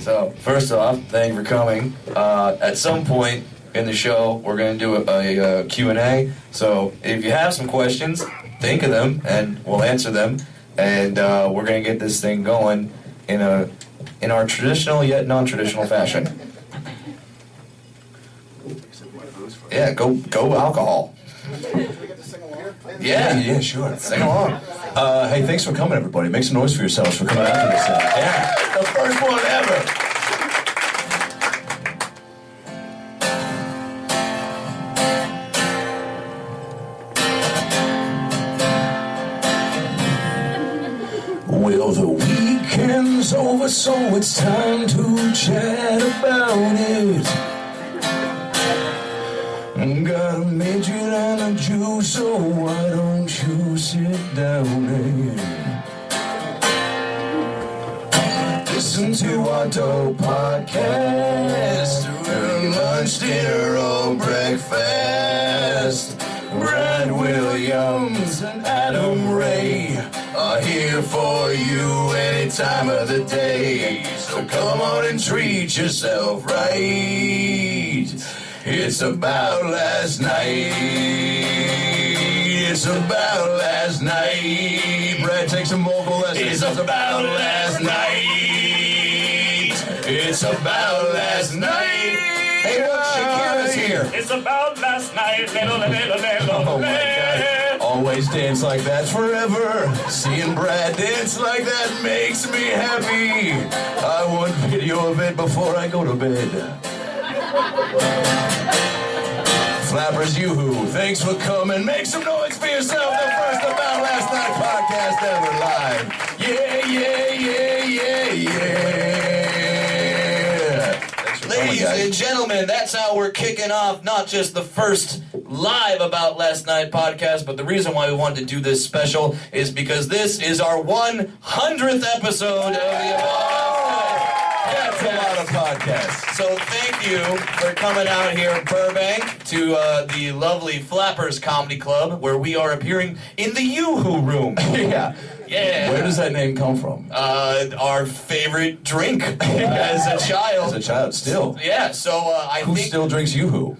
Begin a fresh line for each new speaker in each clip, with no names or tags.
So, first off, thank you for coming. Uh, at some point in the show, we're going to do a, a, uh Q&A. So, if you have some questions, think of them, and we'll answer them. And uh, we're going to get this thing going in a in our traditional yet non-traditional fashion. Yeah, go go alcohol. Yeah, yeah, sure. Sing along.
Uh, hey, thanks for coming, everybody. Make some noise for yourselves for coming out to this. Uh, yeah, the first one ever. Well, the weekend's over, so it's time to chat about it. Got a midget and a Jew, so oh, why don't you sit down and listen to our dope podcast during lunch, dinner, or breakfast? Brad Williams and Adam Ray are here for you any time of the day. So come on and treat yourself right. It's about last night. It's about last night. Brad, take some vocal lessons. It's about last night. It's about last night. Hey, look, Shakira's here.
It's about last night. Little, little,
Oh
little,
my god. Always dance like that forever. Seeing Brad dance like that makes me happy. I want video of it before I go to bed. Flappers Yoo-Hoo, thanks for coming. Make some noise for yourself. The first About Last Night podcast ever live. Yeah, yeah, yeah, yeah, yeah.
Ladies and gentlemen, that's how we're kicking off not just the first live About Last Night podcast, but the reason why we wanted to do this special is because this is our 100th episode of the About Last
That's
Night
a lot
podcast.
of podcasts.
So thank you for coming out here in Burbank to uh, the lovely Flappers Comedy Club, where we are appearing in the Yoo-Hoo Room.
Yeah.
Yeah.
Where does that name come from?
uh, our favorite drink as a
As a
child.
child, still.
Yeah, so uh, I
Who
think
still drinks Yoo-Hoo?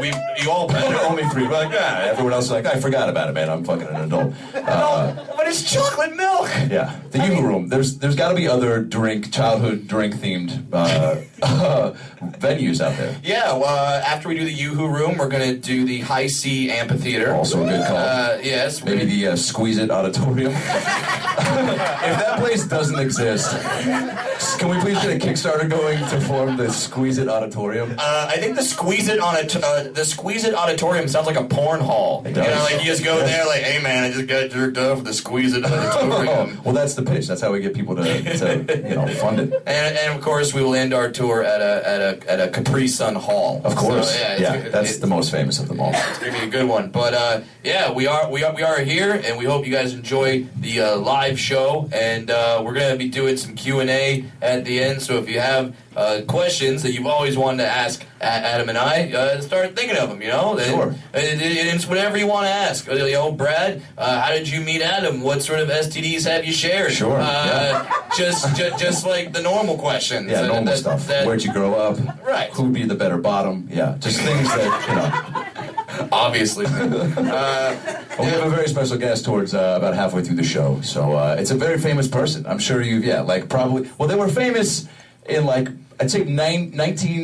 we you all better.
Only three. But like, yeah, everyone else is like, I forgot about it, man. I'm fucking an adult.
but it's chocolate milk.
Yeah, the Yugo Room. There's there's got to be other drink, childhood drink themed uh, venues out there.
Yeah, well, uh, after we do the Yoo-Hoo Room, we're gonna do the High C Amphitheater.
Also a good call.
Uh, yes, we're
Maybe
gonna-
the uh, Squeeze It Auditorium. if that place doesn't exist, can we please get a Kickstarter going to form the Squeeze It Auditorium?
Uh, I think the squeeze it on a t- uh, the squeeze it auditorium sounds like a porn hall. You know,
does.
like you just go there, like, hey man, I just got jerked off at the squeeze it
Oh,
auditorium.
well, that's the pitch. That's how we get people to, to you know fund it.
and, and of course, we will end our tour at a at a at a Capri Sun Hall.
Of course,
So,
yeah,
it's-
that's
it's-
the most famous of them all.
It's gonna be a good one. But uh, yeah, we are we are we are here, and we hope you guys enjoy the uh, live show. And uh, we're gonna be doing some Q and A at the end. So if you have uh, questions that you've always wanted to ask A- Adam and I, uh, start thinking of them. You know, And-
Sure.
and it- it's whatever you want to ask. Uh, You know, Brad, uh, how did you meet Adam? What sort of STDs have you shared?
Sure,
Uh,
yeah.
Just, just just like the normal questions.
Yeah,
That-
normal
that-
stuff.
that-
Where'd you grow up?
Right.
Who'd be the better bottom? Yeah, just things that you know.
obviously.
Well, we have a very special guest towards uh, about halfway through the show, so uh, it's a very famous person. I'm sure you've yeah, like probably. Well, they were famous in like I'd say nine,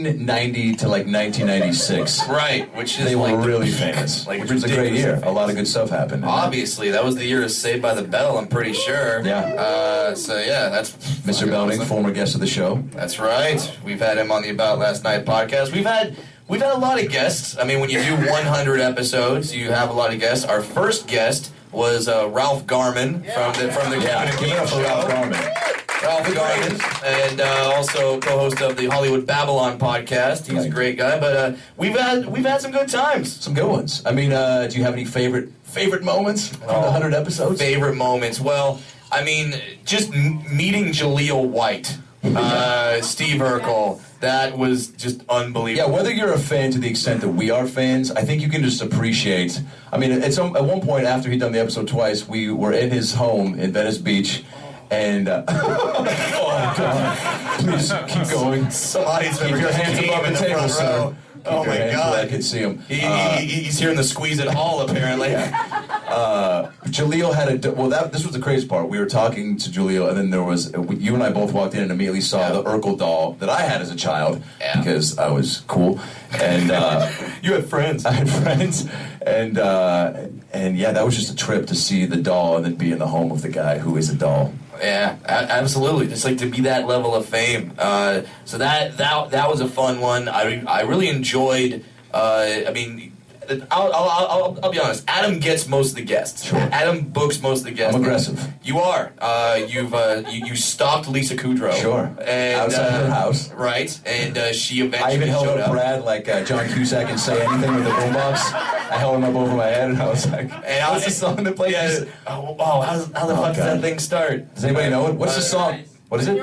1990 to like 1996.
right, which is
They were
like the
really
peak.
famous,
Like
which was a great
ridiculously
year. A
famous.
lot of good stuff happened.
Obviously, that was the year of Saved by the Bell. I'm pretty sure.
Yeah.
Uh, so yeah, that's
Mr. Belding, former guest of the show.
That's right. We've had him on the About Last Night podcast. We've had we've had a lot of guests. I mean, when you do 100 episodes, you have a lot of guests. Our first guest was uh, Ralph Garman from the from the
Yeah,
Kevin and
give it
Bean
up for
show.
Ralph Garman.
Ralph Garman, and uh, also co-host of the Hollywood Babylon podcast. He's a great guy, but uh, we've had we've had some good times.
Some good ones. I mean, uh, do you have any favorite favorite moments from the hundred episodes?
Favorite moments? Well, I mean, just m- meeting Jaleel White, uh, Steve Urkel. That was just
Yeah,
unbelievable.
whether you're a fan to the extent that we are fans, I think you can just appreciate. I mean, at some at one point after he'd done the episode twice, we were in his home in Venice Beach, and uh, oh god, please keep going.
Somebody's been
Keep your hands above the table, sir. Keep
Oh
your
my
hands where I
God!
can see him.
He,
Uh,
he, he's hearing the squeeze at Hall apparently.
Jaleel had a d- well. That this was the crazy part. We were talking to Jaleel, and then there was you and I both walked in and immediately saw the Urkel doll that I had as a child
Yeah.
because I was cool, and uh,
You had friends.
I had friends, and uh, and yeah, that was just a trip to see the doll and then be in the home of the guy who is a doll.
Yeah, a- absolutely. Just like to be that level of fame. Uh, so that that that was a fun one. I I really enjoyed. Uh, I mean. I'll, I'll, I'll, I'll be honest. Adam gets most of the guests.
Sure.
Adam books most of the guests.
I'm aggressive.
You are. Uh, you've uh, you, you stopped Lisa Kudrow.
Sure.
And,
Outside
uh,
her house.
Right. And uh, she
I
eventually
even held
showed
up
up.
Brad like uh, John Cusack and say anything with a boombox. I held him up over my head, and I was like,
And I
"What's the song that plays?"
Yeah. Oh, wow. How, does- how the
Oh,
fuck does that
God.
thing start?
Does anybody know it? What's the song? What is it?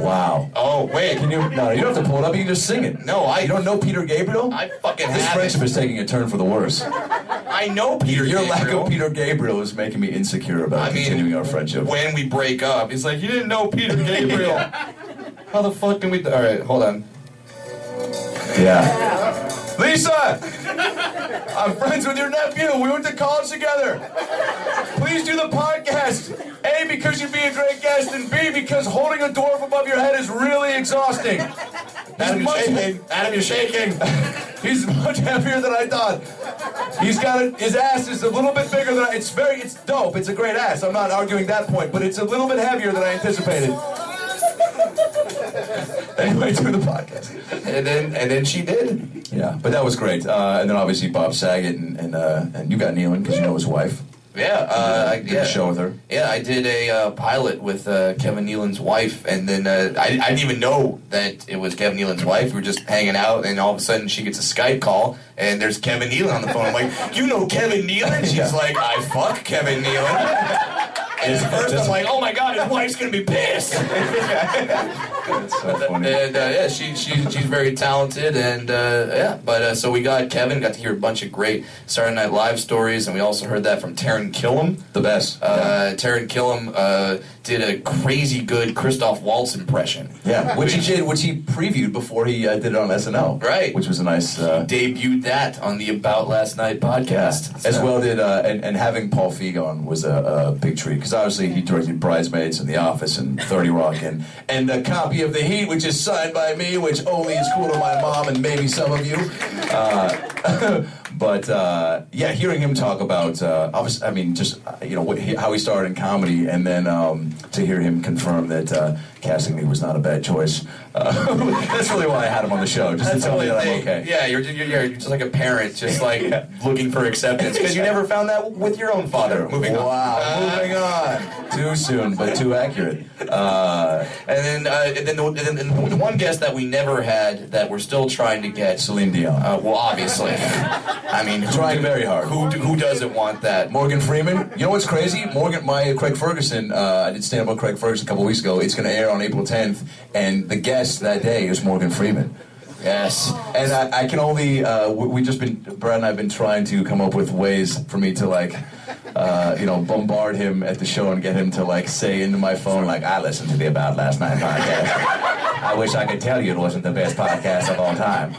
Wow.
Oh wait.
Can you? No, you don't have to pull it up. You can just sing it.
No, I
You don't know Peter Gabriel?
I fucking
this
have
friendship
it.
is taking a turn for the worse.
I know Peter.
Your lack
Gabriel.
of Peter Gabriel is making me insecure about
I mean,
continuing our friendship.
when we break up. He's like, you didn't know Peter Gabriel. How the fuck can we? All right, hold on.
Yeah.
Lisa, I'm friends with your nephew. We went to college together. Please do the podcast. A because you'd be a great guest, and B because holding a dwarf above your head is really exhausting. Adam, you're
much-
shaking. Adam, you're shaking.
He's much happier than I thought. He's got a, his ass is a little bit bigger than I, it's very it's dope. It's a great ass. I'm not arguing that point, but it's a little bit heavier than I anticipated. anyway, to the podcast.
And then, and then she did.
Yeah, but that was great. Uh, and then obviously Bob Saget and and, uh, and you got Nealon because you know his wife.
Yeah, uh, I,
Did
yeah.
a show with her.
Yeah, I did a uh, pilot with uh, Kevin Nealon's wife, and then uh, I, I didn't even know that it was Kevin Nealon's wife. We were just hanging out, and all of a sudden she gets a Skype call, and there's Kevin Nealon on the phone. I'm like, you know Kevin Nealon? She's
Yeah.
like, I fuck Kevin Nealon. And at first I'm like, oh my god, his wife's gonna be pissed.
That's so funny.
And uh, yeah, she, she she's very talented, and uh, yeah. But uh, so we got Kevin, got to hear a bunch of great Saturday Night Live stories, and we also heard that from Taryn Killam.
The best.
Uh, Taryn Killam uh, did a crazy good Christoph Waltz impression.
Yeah, which he did, which he previewed before he uh, did it on SNL.
Right.
Which was a nice. Uh,
Debuted that on the About Last Night
yeah.
podcast.
As
So-
well did, uh, and, and having Paul Feig on was a, a big treat because obviously he directed Bridesmaids and The Office and 30 Rock and, and a copy of The Heat, which is signed by me, which only is cool to my mom and maybe some of you. Uh, but uh, yeah, hearing him talk about, uh, obviously, I mean, just uh, you know what, he, how he started in comedy, and then um, to hear him confirm that uh, casting me was not a bad choice. Uh, that's really why I had him on the show, just to
That's the
tell me
only
that I'm
thing.
okay.
Yeah, you're, you're, you're just like a parent, just like looking for acceptance because you never found that with your own father. Moving on.
wow, moving on. Too soon, but too accurate. Uh,
And then, uh, and then, the, and then and the one guest that we never had that we're still trying to get. So,
Celine Dion.
uh, well, obviously, I mean, who,
Trying very hard.
who who doesn't want that?
Morgan Freeman. You know what's crazy? Morgan, my Craig Ferguson. Uh, I did stand up with Craig Ferguson a couple weeks ago. It's going to air on April 10th, and the guest that day is Morgan Freeman.
Yes.
And I, I can only uh, we, we just been Brad and I've been trying to come up with ways for me to like. Uh, you know, bombard him at the show and get him to like say into my phone, like, I listened to the About Last Night podcast. I wish I could tell you it wasn't the best podcast of all time,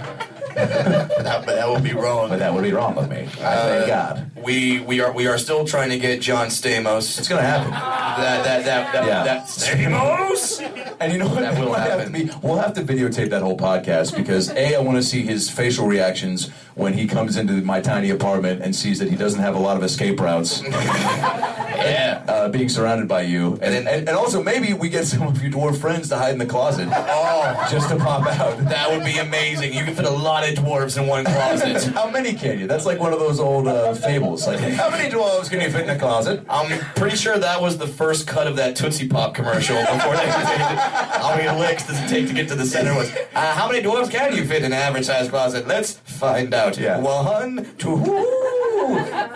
That- but that would be wrong.
but that would be wrong of me. I thank God.
We we are we are still trying to get John Stamos.
It's gonna happen.
That that that that,
Yeah.
that
Primos?
And you know what?
That will
It might have
happen.
to be- we'll have to videotape that whole podcast because A, I want to see his facial reactions when he comes into my tiny apartment and sees that he doesn't have a lot of escape routes
yeah.
uh, being surrounded by you. And, and, and also, maybe we get some of your dwarf friends to hide in the closet
Oh,
just to pop out.
that would be amazing. You could fit a lot of dwarves in one closet.
How many can you? That's like one of those old uh, fables. Like, how many dwarves can you fit in a closet?
I'm pretty sure that was the first cut of that Tootsie Pop commercial before they changed it. How many licks does it take to get to the center? Was uh, how many dwarves can you fit in an average size closet? Let's find out.
Yeah.
One, two,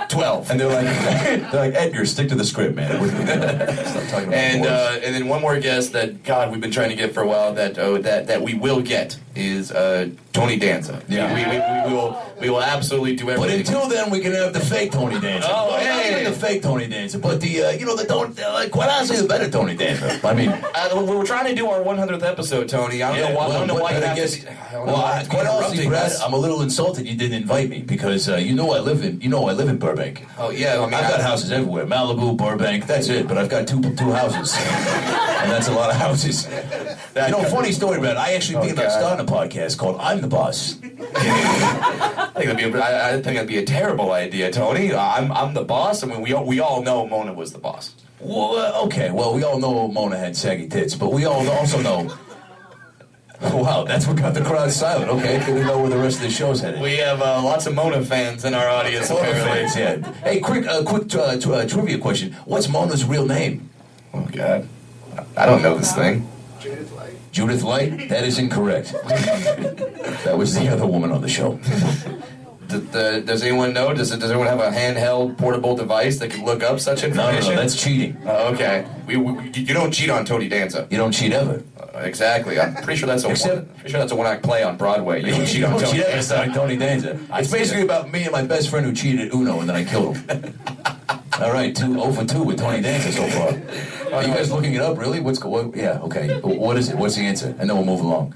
twelve.
And they're like, they're like, Edgar, stick to the script, man. We're Stop talking about
And
dwarves.
uh, and then one more guess that God we've been trying to get for a while that oh, that that we will get is uh, Tony Danza.
Yeah.
We, we, we, we will we will absolutely do
But
everything.
until then, we can have the fake Tony Dancer.
Oh,
Well, not
hey.
even the fake Tony Dancer, but the uh, you know the don't uh, like quite honestly the better Tony Dancer. I mean,
uh, we we're trying to do our 100th episode, Tony. I don't know why. I don't know
well,
why you
but I
have
guess-
to. Be, I don't know
well,
why
I-
you have to be
quite honestly,
interrupting
Brad,
us.
I'm a little insulted you didn't invite me because uh, you know I live in you know I live in Burbank.
Oh yeah, I mean,
I've got
I-
houses everywhere, Malibu, Burbank. That's it. But I've got two two houses, and that's a lot of houses. you know, funny story, Brad. I actually think about
Oh, God.
starting a podcast called "I'm the Boss."
I think it'd be a, I, I think it'd be a terrible idea, Tony. I'm I'm the boss. I mean, we all, we all know Mona was the boss.
Well, uh, okay. Well, we all know Mona had saggy tits, but we all also know. Wow, that's what got the crowd silent. Okay, can we know where the rest of the show's headed?
We have uh, lots of Mona fans in our audience.
Mona
apparently.
fans, yeah. Hey, quick, uh, quick uh, tw- uh, trivia question. What's Mona's real name?
Oh God, I don't know this thing.
Judith Light? That is incorrect. that was the other woman on the show.
D- the, does anyone know? Does does anyone have a handheld portable device that can look up such
No, no,
information?
no, that's cheating.
Uh, okay. We, we you don't cheat on Tony Danza.
You don't cheat ever.
Uh, exactly. I'm pretty sure that's a one,
Except-
pretty sure that's a one act play on Broadway. You don't cheat on Tony
ever.
Danza.
Sorry, Tony Danza. It's basically about me and my best friend who cheated at Uno, and then I killed him. All right, two zero for two with Tony Danza so far.
Oh,
Are you guys looking it up? Really? What's going? Yeah. Okay. What is it? What's the answer? And then we'll move along.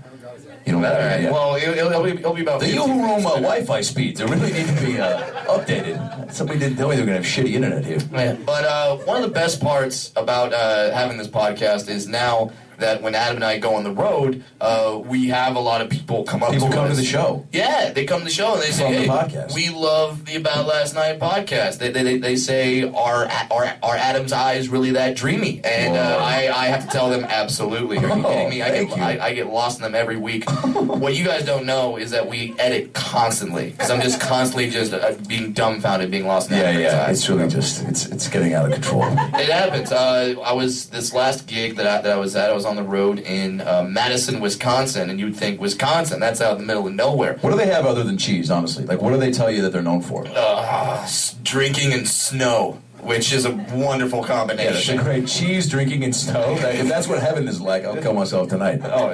You don't
All
got it.
right.
yeah, yeah.
Well, it'll, it'll, be, it'll be about.
The
15
Yahoo
minutes.
Room uh, Wi-Fi speeds they really need to be uh, updated. Somebody didn't tell me they were gonna have shitty internet here.
But uh, one of the best parts about uh, having this podcast is now that when Adam and I go on the road, uh, we have a lot of people come up.
People
to
come to
us.
the show.
Yeah, they come to the show and they say,
From the
hey,
podcast.
"We love the About Last Night podcast." They they, they, they say, "Are are are Adam's eyes really that dreamy?" And uh,
Whoa.
I I have to tell them, "Absolutely." Are you
Oh,
kidding me? I
thank
get,
you.
I, I get lost in them every week. what you guys don't know is that we edit constantly because I'm just constantly just uh, being dumbfounded, being lost in
Yeah,
Adam's
yeah.
eyes.
It's really just it's it's getting out of control.
It happens. Uh, I was this last gig that I, that I was at. I was on the road in uh, Madison, Wisconsin, and you'd think Wisconsin that's out in the middle of nowhere.
What do they have other than cheese? Honestly, like what do they tell you that they're known for?
S- Drinking and snow, which is a wonderful
Yeah, that's a
combination.
great cheese drinking and snow. That- if that's what heaven is like, I'll kill myself tonight.
Oh,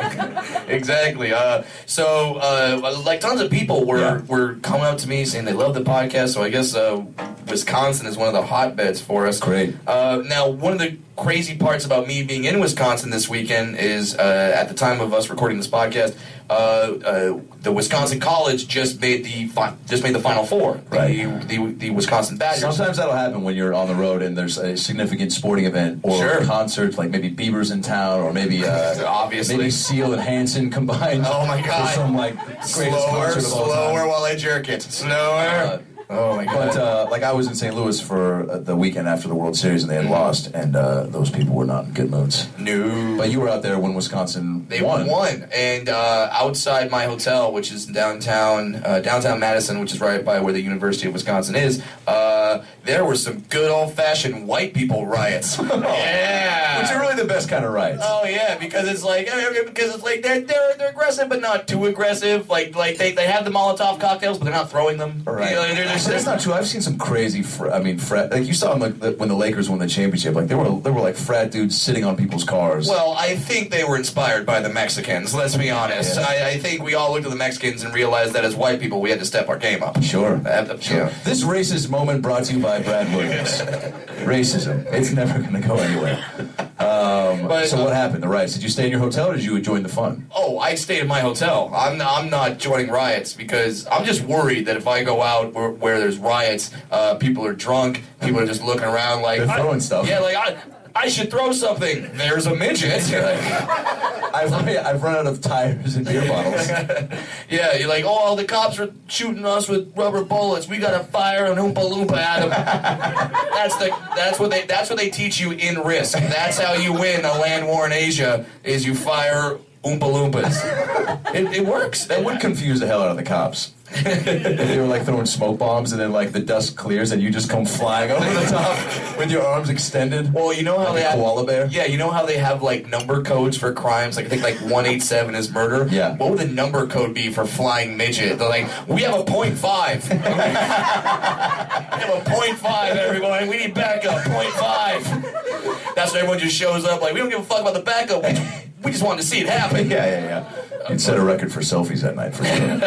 exactly. Uh, so, uh, like, tons of people were
Yeah.
were coming up to me saying they love the podcast. So, I guess uh, Wisconsin is one of the hotbeds for us.
Great.
Uh, now, one of the crazy parts about me being in Wisconsin this weekend is, uh, at the time of us recording this podcast, uh, uh, the Wisconsin College just made the fi- just made the Final Four.
Right.
The, the, the Wisconsin Badgers.
Sometimes that'll happen when you're on the road and there's a significant sporting event or
Sure.
concert, like maybe Bieber's in town or maybe uh,
Obviously.
maybe Seal and Hanson combined.
Oh, my God.
For some like greatest
Slower,
concert of all time. Uh,
slower while I jerk it. Slower. oh my
But uh, like I was in St. Louis for uh, the weekend after the World Series and they had
Mm-hmm.
lost, and uh, those people were not in good moods.
no.
But you were out there when Wisconsin
They
won.
won, and uh, outside my hotel, which is downtown uh, downtown Madison, which is right by where the University of Wisconsin is, uh, there were some good old fashioned white people riots. yeah,
Which are really the best kind of riots.
Oh yeah, because it's like eh, because it's like they're they're, they're aggressive but not too aggressive. Like like they, they have the Molotov cocktails but they're not throwing them.
Right.
You know, they're- they're-
Actually, that's not true. I've seen some crazy. Fr- I mean, frat. Like you saw them like the, when the Lakers won the championship. Like there were there were like frat dudes sitting on people's cars.
Well, I think they were inspired by the Mexicans. Let's be honest.
Yeah.
I, I think we all looked at the Mexicans and realized that as white people, we had to step our game up.
sure.
Uh,
Sure.
yeah.
This racist moment brought to you by Brad Williams. Racism. It's never going to go anywhere.
But,
So
uh,
what happened? The riots. Did you stay in your hotel? or Did you join the fun?
Oh, I stayed in my hotel. I'm not, I'm not joining riots because I'm just worried that if I go out where, where there's riots, uh, people are drunk, people are just looking around like
They're throwing stuff.
Yeah, like I, I should throw something. There's a midget. You're like,
I've run, I've run out of tires and beer bottles.
yeah, you're like, oh, all the cops are shooting us with rubber bullets. We gotta fire an oompa loompa at them. that's the that's what they that's what they teach you in risk. That's how you win a land war in Asia is you fire oompa loompas. It, it works.
That would confuse the hell out of the cops. if they were like throwing smoke bombs and then like the dust clears and you just come flying over the top with your arms extended.
Well, you know how
Like
they
a
have
koala bear?
Yeah, you know how they have like number codes for crimes. Like I think like one eight seven is murder.
Yeah.
What would the number code be for flying midget? They're like, we have a point five. we have a point five, everyone. We need backup. Point five. That's when everyone just shows up. Like we don't give a fuck about the backup. We just, we just wanted to see it happen.
Yeah, yeah, yeah. You'd set a record for selfies that night for sure.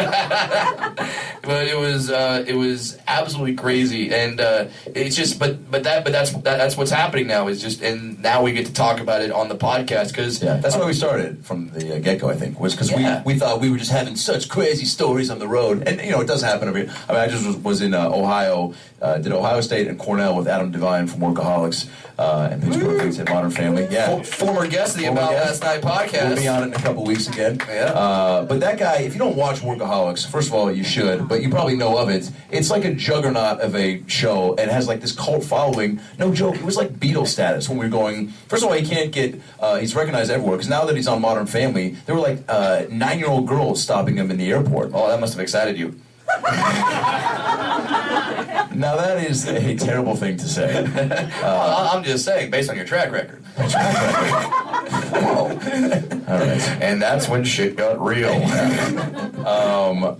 but it was uh, it was absolutely crazy, and uh, it's just but but that but that's that, that's what's happening now is just and now we get to talk about it on the podcast because
Yeah, that's why we started from the uh, get go. I think was because
Yeah.
we, we thought we were just having such crazy stories on the road, and you know it does happen over here. I mean, I just was, was in uh, Ohio, uh, did Ohio State and Cornell with Adam Devine from Workaholics uh, and Pitch Perfect and Modern Family. Yeah,
Fo- Oh, former guest of the
Former
About
guest.
Last Night podcast.
We'll be on it in a couple weeks again.
Yeah.
Uh, but that guy, if you don't watch Workaholics, first of all, you should, but you probably know of it. It's like a juggernaut of a show and has like this cult following. No joke, it was like Beatle status when we were going. First of all, he can't get, uh, he's recognized everywhere because now that he's on Modern Family, there were like uh, nine year old girls stopping him in the airport.
Oh, that must have excited you.
Now, that is a terrible thing to say.
I- I'm just saying, based on your track record.
All right.
And that's when shit got real.
Um,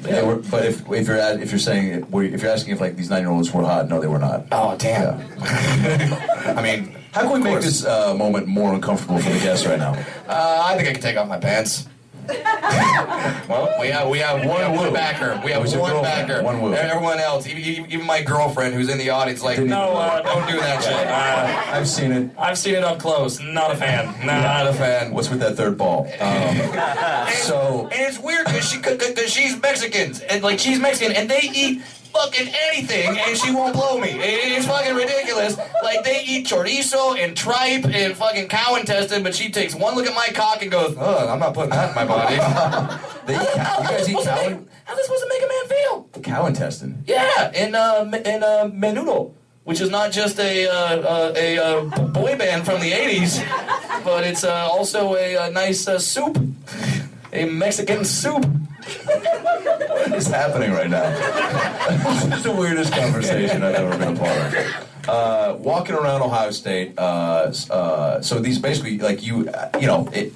They were- but if, if you're at, if you're saying if you're asking if like these nine year olds were hot, no, they were not.
oh, damn. I mean,
How can we
of
make
course.
this uh, moment more uncomfortable for the guests right now?
Uh, I think I can take off my pants. well, we have we have one,
woo.
backer. We have
Who's your
one
girlfriend?
backer.
One woo.
Everyone else, even- even, even my girlfriend who's in the audience, like,
Didn't
No,
no,
uh,
don't do that shit.
Uh,
I've seen it.
I've seen it up close. Not a fan. Nah.
Not a fan.
What's with that third ball? Um, so
And it's weird because she because she's Mexicans and like she's Mexican and they eat fucking anything and she won't blow me. It- it's fucking ridiculous. Like they eat chorizo and tripe and fucking cow intestine, but she takes one look at my cock and goes, "Ugh, I'm not putting that in my body."
they eat cow, you guys eat
Supposed to
cow,
make- How's this supposed to make a man feel?
cow intestine.
Yeah, and uh, me- and uh, menudo, which is not just a uh, uh, a uh, b- boy band from the '80s, but it's uh, also a, uh nice uh, soup, a Mexican soup.
What is happening right now? this is the weirdest conversation I've ever been a part of. Uh, walking around Ohio State, uh, s- uh, so these basically like you, uh, you know, it,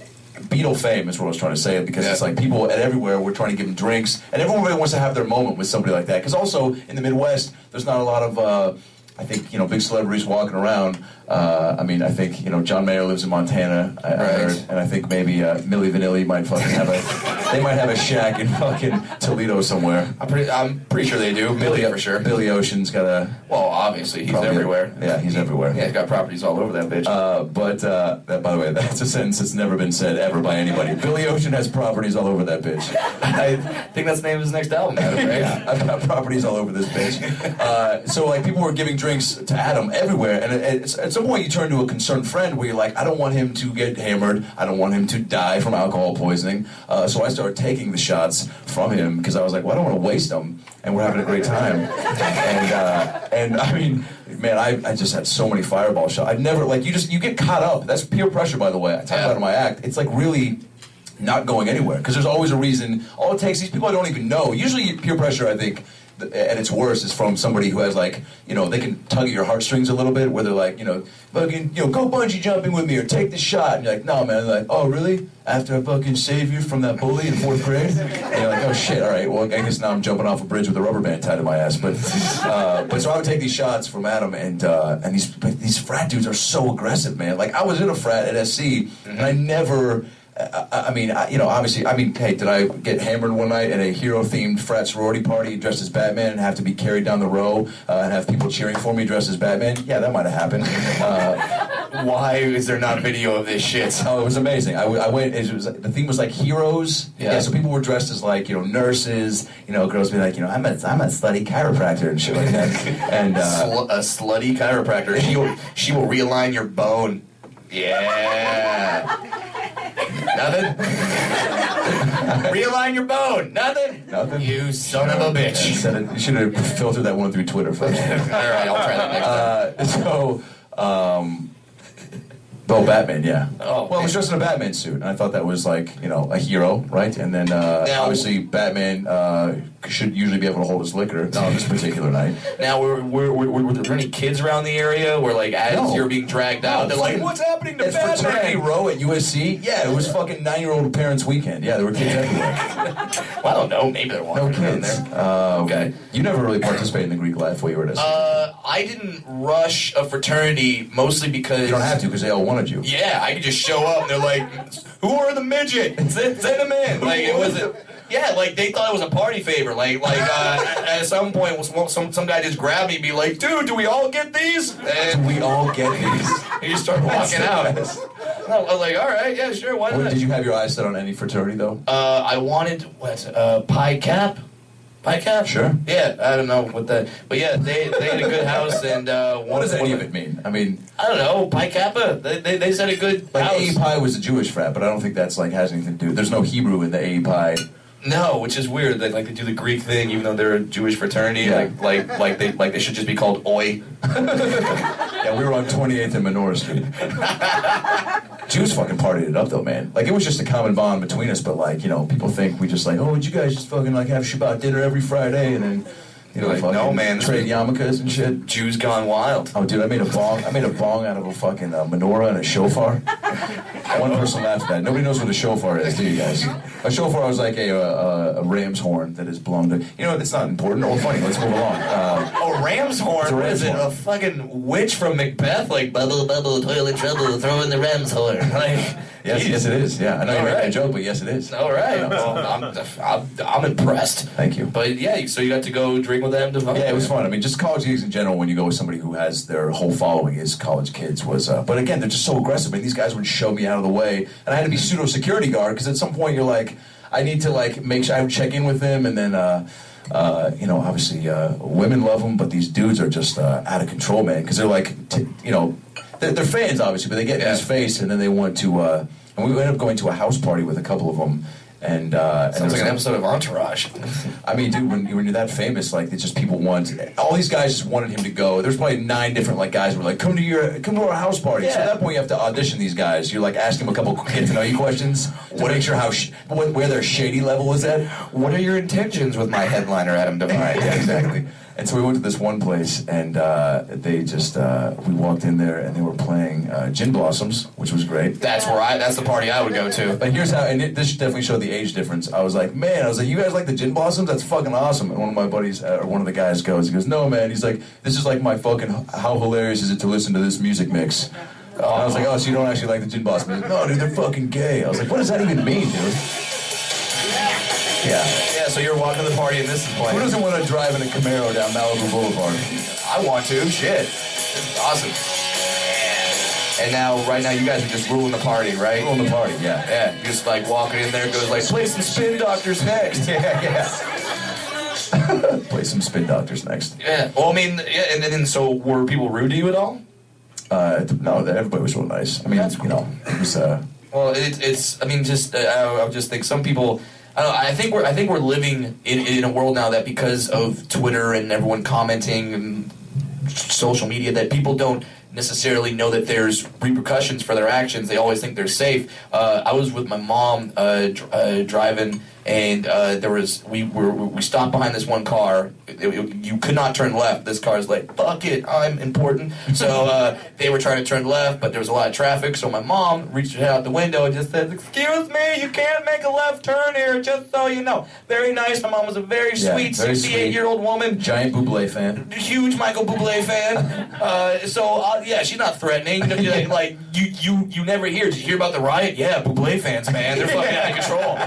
Beatle fame is what I was trying to say because it's
Yeah.
like people at everywhere were trying to give them drinks, and everyone really wants to have their moment with somebody like that. Because also in the Midwest, there's not a lot of. Uh, I think you know big celebrities walking around. Uh, I mean, I think you know John Mayer lives in Montana. I, I
Right.
heard, and I think maybe uh, Millie Vanilli might fucking have a. they might have a shack in fucking Toledo somewhere.
I'm pretty, I'm pretty sure they do. Billy for sure.
Billy Ocean's got a.
Well, obviously he's
probably a-
everywhere.
yeah, he's everywhere.
Yeah, he's got properties all over that bitch.
Uh, but uh, that, by the way, that's a sentence that's never been said ever by anybody. Billy Ocean has properties all over that bitch.
I think that's the name of his next album, Adam, right?
Yeah, I've got properties all over this bitch. Uh, so like people were giving drinks to Adam everywhere, and at, at- at some point you turn to a concerned friend where you're like, I don't want him to get hammered, I don't want him to die from alcohol poisoning. Uh, so I started taking the shots from him because I was like, well, I don't want to waste them, and we're having a great time. And uh, and I mean, man, I, I just had so many fireball shots. I've never like you just you get caught up. That's peer pressure, by the way. I talk
Yeah.
about it in my act. It's like really not going anywhere because there's always a reason. All it takes these people I don't even know. Usually peer pressure, I think, th- at its worst, is from somebody who has like you know they can tug at your heartstrings a little bit, where they're like you know fucking you know go bungee jumping with me or take this shot, and you're like no man, They're like oh really? After I fucking save you from that bully in fourth grade, and you're like oh shit, all right, well I guess now I'm jumping off a bridge with a rubber band tied to my ass, but uh, but so I would take these shots from Adam and uh, and these but these frat dudes are so aggressive, man. Like I was in a frat at SC, and I never. I, I- I mean, I, you know, obviously, I mean, hey, did I get hammered one night at a hero-themed frat sorority party dressed as Batman and have to be carried down the row uh, and have people cheering for me dressed as Batman? Yeah, that might have happened. Uh,
why is there not video of this shit?
Oh, it was amazing. I, w- I went. It was the theme was like heroes.
Yeah.
So people were dressed as like you know nurses. You know, girls be like you know I'm a I'm a slutty chiropractor and shit like that. and uh,
Sl- a slutty chiropractor. She will, she will realign your bone. Yeah. Nothing. realign your bone. Nothing.
Nothing?
You son of a
she
bitch.
said it, you should have filtered that one through Twitter first.
All right, I'll try that next time.
Uh, so, um, oh, Batman, yeah.
Oh,
well, he was
man.
dressed in a Batman suit, and I thought that was like you know a hero, right? And then uh,
Now-
obviously Batman uh, should usually be able to hold his liquor. Not on this particular night.
Now, were, were, were, were there any kids around the area where, like, as
No.
you're being dragged out, they're like, what's happening to
At Fraternity
Batman?
Row at USC, yeah, it was fucking nine-year-old parents' weekend. Yeah, there were kids everywhere.
Well, I don't know. Maybe they're
No
walking around
kids.
there.
Um,
Okay.
You never really participated in the Greek life while you were at USC.
Uh, I didn't rush a fraternity mostly because.
You don't have to because they all wanted you.
Yeah, I could just show up and they're like, who are the midget? Send, send them in. Like, it wasn't. Yeah, like they thought it was a party favor. Like, like uh, at some point, was- some some guy just grabbed me, and be like, "Dude, do we all get these?" And
We all get these.
he just started walking out. I was like, "All right, yeah, sure, why
What-
not?"
Did you have your eyes set on any fraternity though?
Uh, I wanted what uh, pie cap, pie cap.
Sure.
Yeah, I don't know what that, but yeah, they they had a good house and uh,
What does any
one-
of it mean? I mean,
I don't know, Pi Kappa. They they, they said a good
like
house.
AE Pi was a Jewish frat, but I don't think that's like has anything to do. There's no Hebrew in the AE Pi.
no, which is weird. They like they do the Greek thing, even though they're a Jewish fraternity.
Yeah.
Like like like they like they should just be called Oi.
Yeah, we were on 28th and Menorah Street. Jews fucking partied it up though, man. Like it was just a common bond between us, but like you know, people think we just like, oh, you guys just fucking like have Shabbat dinner every Friday, and then you know,
Like,
fucking
no, man, this
trade
is-
yarmulkes and shit.
Jews gone wild.
Oh, dude, I made a bong. I made a bong out of a fucking uh, menorah and a shofar. One person laughed at that. Nobody knows what a shofar is, do you guys? A shofar is like a, uh, a, a ram's horn that is blown to. You know, it's not important or funny. Let's move along. Uh,
A Oh, ram's horn.
a
what
ram's
is it?
horn.
A fucking witch from Macbeth? Like bubble bubble toilet trouble. Throw in the ram's horn. Like
yes, yes, it is. Yeah, I know you're
All
making a
right.
joke, but yes, it is.
All right. Well, I'm, I'm, I'm impressed.
Thank you.
But yeah, so you got to go drink with them. Devon.
Yeah, it was fun. I mean, just college gigs in general. When you go with somebody who has their whole following is college kids, was. Uh, but again, they're just so aggressive. I mean, these guys would shove me out of the way, and I had to be pseudo security guard because at some point you're like, I need to like make sure I would check in with them, and then. Uh, uh, you know, obviously, uh, women love them, but these dudes are just uh, out of control, man. Because they're like, t- you know, they're, they're fans, obviously, but they get in his face, and then they want to. Uh, and we ended up going to a house party with a couple of them, and uh, and there
Sounds
was
like an
a-
episode of Entourage.
I mean, dude, when, when you're that famous, like it's just people want all these guys just wanted him to go. There's probably nine different like guys who were like, "Come to your come to our house party." So at that point, you have to audition these guys. You're like asking them a couple get to know you questions to make sure how sh- what, where their shady level is at.
What are your intentions with my headliner, Adam Devine?
Right, yeah, exactly. And so we went to this one place, and uh, they just uh, we walked in there, and they were playing uh, Gin Blossoms, which was great.
That's where I. That's the party I would go to.
But here's how, and it, this definitely showed the age difference. I was like, man, I was like, you guys like the gin blossoms? That's fucking awesome. And one of my buddies, uh, or one of the guys, goes, he goes, no, man. He's like, this is like my fucking. How hilarious is it to listen to this music mix? And I was like, oh, so you don't actually like the gin blossoms? He's like, no, dude, they're fucking gay. I was like, what does that even mean, dude? Yeah.
Yeah, so you're walking to the party and this is
Who
playing.
doesn't want to drive in a Camaro down Malibu Boulevard?
I want to. Shit. This is awesome. And now, right now, you guys are just ruling the party, right?
Ruin the party, yeah.
Yeah, you're just like walking in there, goes like, play some spin doctors next. Yeah, yeah.
Play some Spin Doctors next.
Yeah. Well, I mean, yeah, and then and so were people rude to you at all?
Uh, no, everybody was real nice. I mean, you know, it was. Uh,
Well, it, it's. I mean, just uh, I, I just think some people. I, don't know, I think we're. I think we're living in, in a world now that because of Twitter and everyone commenting and social media, that people don't necessarily know that there's repercussions for their actions. They always think they're safe. Uh, I was with my mom uh, dr- uh, driving, and uh, there was we were we stopped behind this one car. It- it- you could not turn left. This car's like fuck it, I'm important. So uh, they were trying to turn left, but there was a lot of traffic. So my mom reached her head out the window and just said, "Excuse me, you can't make a left turn here." Just so you know, very nice. My mom was a very
Yeah,
sweet
very sweet.
68 year old woman
giant Buble fan.
huge Michael Bublé fan. Uh, so uh, yeah, she's not threatening. You know, like, like, you, you, you never hear. Did you hear about the riot? Yeah, Bublé fans, man, they're fucking out of control.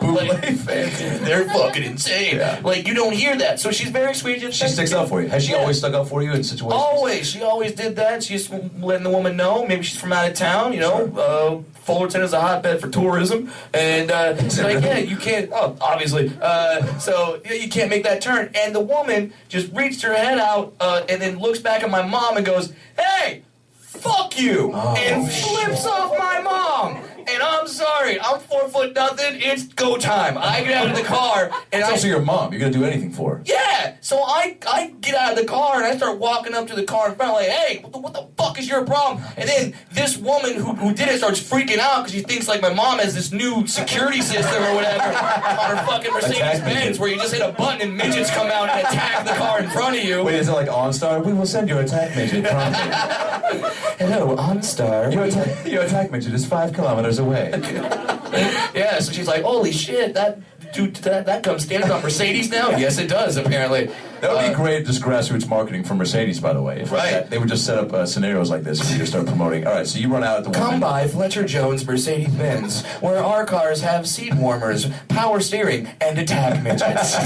Buble LA fans.
They're fucking insane.
Yeah.
Like you don't hear that. So she's very sweet.
She sticks up for you. Has she
Yeah.
always stuck up for you in situations?
Always, she always did that. She's letting the woman know. Maybe she's from out of town. You know, uh, Fullerton is a hotbed for tourism, and uh, it's like, yeah, you can't. Oh, obviously. Uh, so yeah, you can't make that turn. And the woman just reached her head out uh, and then looks back at my mom and goes, "Hey, fuck you!" and flips off my mom. And I'm sorry, I'm four foot nothing. It's go time. I get out of the car and
It's
I
also your mom. You're gonna do anything for her.
yeah. So I I get out of the car and I start walking up to the car in front, like, hey, what the, what the fuck is your problem? And then this woman who, who did it starts freaking out because she thinks like my mom has this new security system or whatever on her fucking Mercedes
Attack
Benz
midget.
where you just hit a button and midgets come out and attack the car in front of you.
Wait, is it like OnStar? We will send your attack midget promptly.
Hello, OnStar.
Your attack, your attack midget is five kilometers away.
Yeah, so she's like, holy shit, that dude, that, that comes standard on Mercedes now? Yes, it does, apparently.
That would be great, just grassroots marketing for Mercedes, by the way. If
Right.
that- they would just set up uh, scenarios like this for you to start promoting. All right, so you run out at the
Come
woman.
by Fletcher Jones Mercedes Benz, where our cars have seat warmers, power steering, and attack midgets.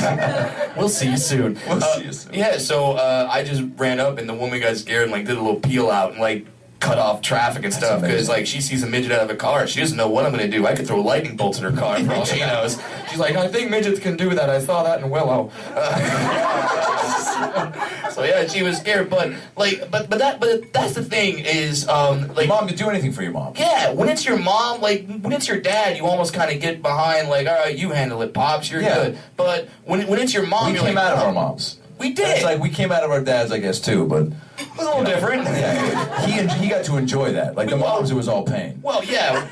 we'll see you soon.
We'll
Uh,
see you soon.
Yeah, so uh, I just ran up, and the woman got scared and like did a little peel out and like cut off traffic and stuff because
amazing.
like she sees a midget out of a car, she doesn't know what I'm gonna do. I could throw lightning bolts in her car for all she knows. She's like, I think midgets can do that. I saw that in Willow. So yeah, she was scared, but like, but but that but that's the thing is um like.
Mom, you do anything for your mom.
Yeah, when it's your mom, like when it's your dad, you almost kind of get behind, like, all right, you handle it, pops, you're
Yeah.
good. But when when it's your mom,
We
you're
came
like,
out of
"Oh,
our moms.
We did.
It's like we came out of our dads, I guess, too. But
it was a little different.
yeah, he he got to enjoy that. Like the moms, it was all pain.
Well, yeah.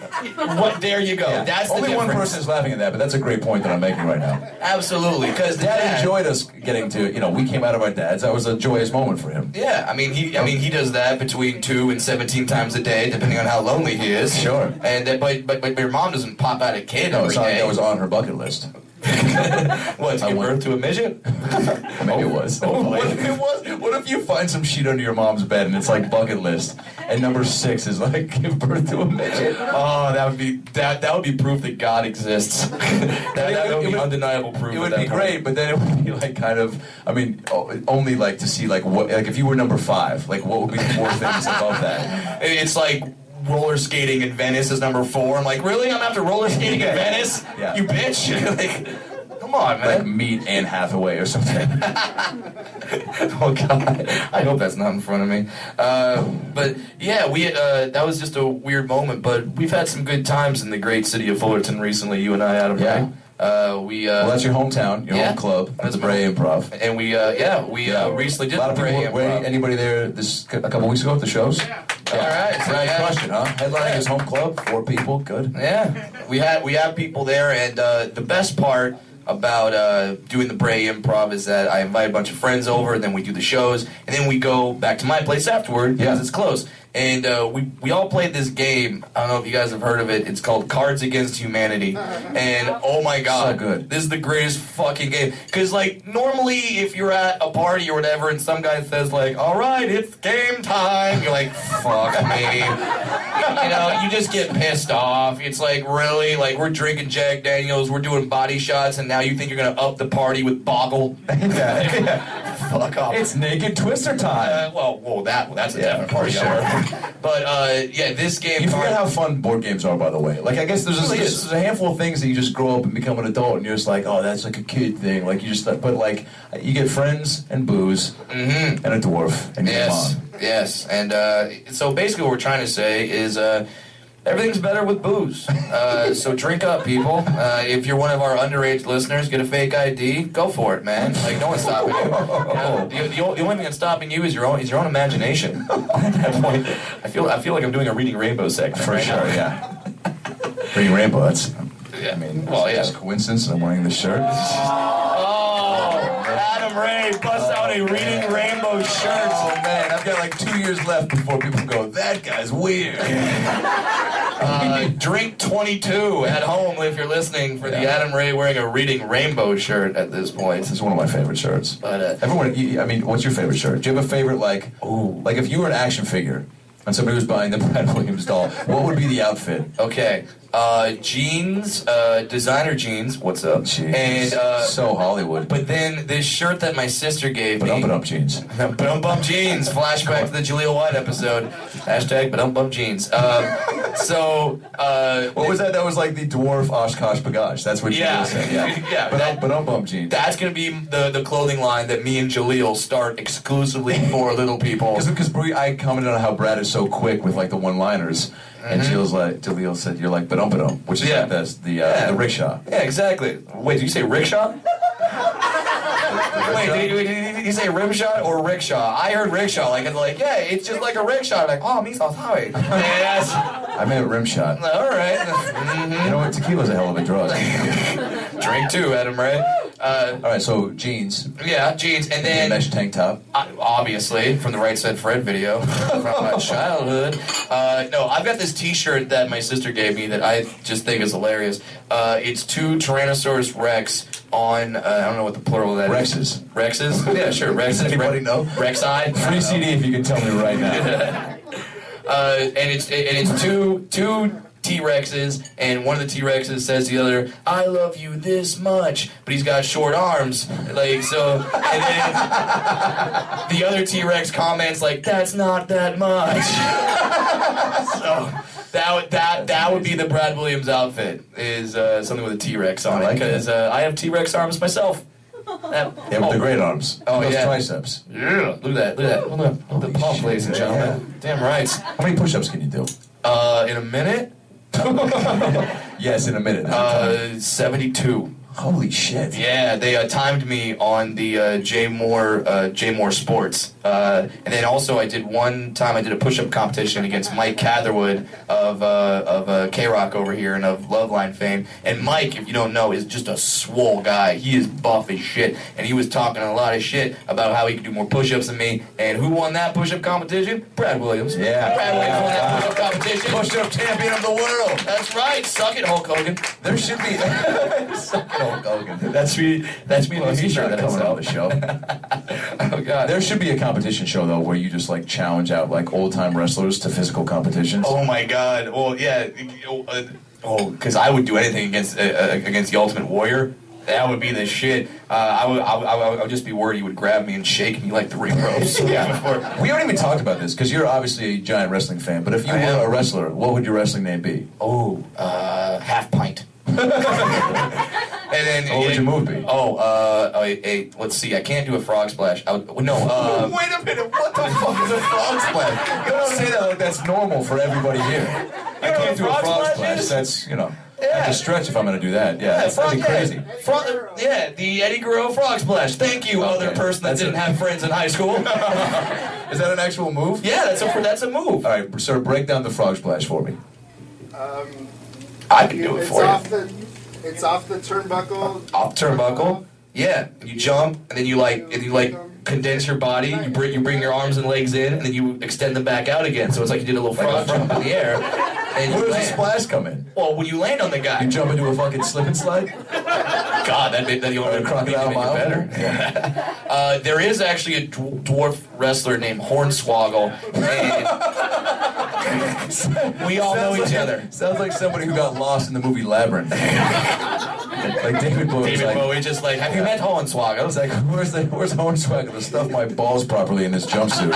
what? There you go. That's the
only one
difference.
person is laughing at that, but that's a great point that I'm making right now.
Absolutely, because
Dad enjoyed us getting to, you know, we came out of our dads. That was a joyous moment for him.
Yeah, I mean he. I mean he does that between two and seventeen times a day, depending on how lonely he is.
Sure.
And uh, but but but your mom doesn't pop out a kid
No,
every
it's not like
day.
that was on her bucket list.
what? To
I
give
went-
birth to a midget?
Or Maybe it was. what if it was? What if you find some sheet under your mom's bed and it's like bucket list, and number six is like give birth to a midget?
Oh, that would be that. That would be proof that God exists. that, that would
It
be
would-
undeniable proof.
It
at
would
that
be
point.
great, but then it would be like kind of. I mean, o- only like to see like what like if you were number five, like what would be the four things above that?
It- It's like roller skating in Venice is number four. I'm like, really? I'm after roller skating in Venice?
Yeah.
You bitch! like, come on,
Like
man.
meet Anne Hathaway or something.
oh God, I hope that's not in front of me. Uh, but yeah, we uh, that was just a weird moment. But we've had some good times in the great city of Fullerton recently. You and I, Adam.
Yeah.
Right? Uh, we. Uh,
Well, that's your hometown, your
Yeah.
home club,
That's
that's the Bray Improv.
and we, uh, yeah, we uh, recently did
a lot
the
of people.
Bray
were
Improv.
anybody there this a couple weeks ago at the shows? Yeah.
All right, so yeah.
Question, huh? Headlining his home club, four people, good.
Yeah, we had we have people there, and uh, the best part about uh, doing the Bray Improv is that I invite a bunch of friends over, and then we do the shows, and then we go back to my place afterward because
Yeah.
it's close. And uh, we we all played this game. I don't know if you guys have heard of it. It's called Cards Against Humanity, and oh my god,
good.
This is the greatest fucking game. Cause like normally, if you're at a party or whatever, and some guy says like, "All right, it's game time," you're like, "Fuck me." you know, you just get pissed off. It's like really, like we're drinking Jack Daniels, we're doing body shots, and now you think you're gonna up the party with Boggle?
Yeah.
Fuck off.
It's naked twister time.
uh, well, well, that well, that's a
Yeah,
different party
for
hour. But uh, yeah, this game.
You
card-
forget how fun board games are, by the way. Like, I guess there's,
Really
there's,
is.
there's a handful of things that you just grow up and become an adult, and you're just like, oh, that's like a kid thing. Like, you just, but like, you get friends and booze and a dwarf and your
Mm-hmm. Yes,
mom.
yes, and uh, so basically, what we're trying to say is uh, everything's better with booze. Uh, so drink up, people. Uh, if you're one of our underage listeners, get a fake ID. Go for it, man. Like no one's stopping you. You know, the, the, o- the only thing that's stopping you is your own is your own imagination. At that point, I feel I feel like I'm doing a reading rainbow segment
For
right
sure,
now.
yeah. Pretty rainbow. That's,
Yeah.
I mean,
Well,
it's
yeah.
just coincidence that I'm wearing this shirt. It's just-
Oh, Adam Ray busts out a reading rainbow shirt.
Oh man, I've got like two years left before people go, that guy's weird.
Uh, drink 22 at home if you're listening for the
Yeah.
Adam Ray wearing a reading rainbow shirt at this point.
This is one of my favorite shirts.
But, uh,
Everyone, you, I mean, what's your favorite shirt? Do you have a favorite, like, like if you were an action figure and somebody was buying the Brad Williams doll, what would be the outfit?
Okay. Uh, uh, jeans, uh, designer jeans. What's up?
Jeez.
And uh,
so Hollywood.
but then this shirt that my sister gave
But
me.
up and up jeans.
Bum bum jeans. Flashback to the Jaleel White episode. Hashtag bum bum jeans. Um, so uh,
What was that? That was like the dwarf Oshkosh Bagosh. That's what
Yeah.
you were saying. Yeah.
Yeah,
But
that-
I'm, but I'm bump jeans.
That's gonna be the the clothing line that me and Jaleel start exclusively for little people.
Because I commented on how Brad is so quick with like the one liners, and Jill's like, Jaleel said, "You're like, but um, but um," which is
Yeah.
like that's the uh,
Yeah.
the rickshaw.
Yeah, exactly. Wait, did you say rickshaw? Wait, did you, did you say rimshot or rickshaw? I heard rickshaw, like, and like, yeah, it's just like a rickshaw. Like, oh, me sounds highway. Yes.
I meant rim shot.
All right.
You know what? Tequila's a hell of a drug.
Drink two, Adam. Right? Uh,
All right, so jeans,
yeah, jeans, and then
mesh tank top.
I, obviously from the Right Said Fred video from my childhood. Uh, no, I've got this T-shirt that my sister gave me that I just think is hilarious. Uh, it's two Tyrannosaurus Rex on uh, I don't know what the plural of that is.
Rexes.
Rexes. Yeah, sure. Rexes.
Anybody know?
Rexi.
Free CD if you can tell me right now.
Uh, and it's and it's two two T Rexes, and one of the T Rexes says to the other, "I love you this much," but he's got short arms, like so. And then the other T Rex comments like, "That's not that much." so. That would that that would be the Brad Williams outfit is uh, something with a T Rex on
I
it
like
because uh, I have T Rex arms myself. That-
Yeah, with the great arms.
Oh,
Those
yeah.
triceps.
yeah, look at that! Look at that! Look at that! Look at the pump, ladies and gentlemen. Damn right.
How many push-ups can you do?
Uh, in a minute,
Yes, in a minute.
Uh, 72.
Holy shit.
Yeah, they uh, timed me on the uh, J Moore uh, J Moore Sports, uh, and then also I did one time I did a push-up competition against Mike Catherwood of uh, of uh, K Rock over here and of Loveline fame. And Mike, if you don't know, is just a swole guy. He is buff as shit, and he was talking a lot of shit about how he could do more push-ups than me. And who won that push-up competition? Brad Williams.
Yeah.
Brad Williams won that push-up competition.
Push-up champion of the world.
That's right. Suck it, Hulk Hogan.
There should be. Hulk Hogan.
That's me. That's me.
Well, he's not coming on the show.
Oh god.
There should be a competition show though, where you just like challenge out like old time wrestlers to physical competitions.
Oh my god. Well, yeah. uh, Oh, because I would do anything against uh, uh, against the Ultimate Warrior. That would be the shit. Uh, I, would, I, would, I would. I would just be worried he would grab me and shake me like the ring ropes. yeah.
We haven't even talked about this because you're obviously a giant wrestling fan. But if you
I
were
am.
a wrestler, what would your wrestling name be?
Oh, uh, half pint. and then
What would your move be?
Oh, uh, oh, hey, hey, let's see. I can't do a frog splash. I would, no. Uh,
Wait a minute! What the fuck is a frog splash? You don't say that like that's normal for everybody here. I
know what
can't do a
frog
frog
splash
splash.
is?
That's you know.
Yeah.
That's a stretch if I'm gonna do that. Yeah, that's
frog,
that'd be crazy.
Yeah, frog, yeah, the Eddie Guerrero frog splash. Thank you,
Okay,
other person that
that's
didn't
it.
have friends in high school. yeah,
Is that an actual move?
that's a that's a move.
All right, sir. Break down the frog splash for me.
I can
You-
do it
it's
for you.
off the it's off the turnbuckle.
Off turnbuckle. Yeah, you jump and then you like and you like condense your body. You bring you bring your arms and legs in and then you extend them back out again. So it's like you did a little frog jump in the air. And
Where
you
does the
land.
splash come in?
Well, when you land on the guy,
You jump into a fucking slip and slide?
God, that made that the only
Crocodile mile?
crocodile better. Uh, there is actually a dw- dwarf wrestler named Hornswoggle. And we all know
Sounds
each
like-
other.
Sounds like somebody who got lost in the movie Labyrinth. like David Bowie.
David
like,
Bowie just like, have you met Hornswoggle? I
It's
was like,
like, where's the where's Hornswaggle to stuff my balls properly in this jumpsuit?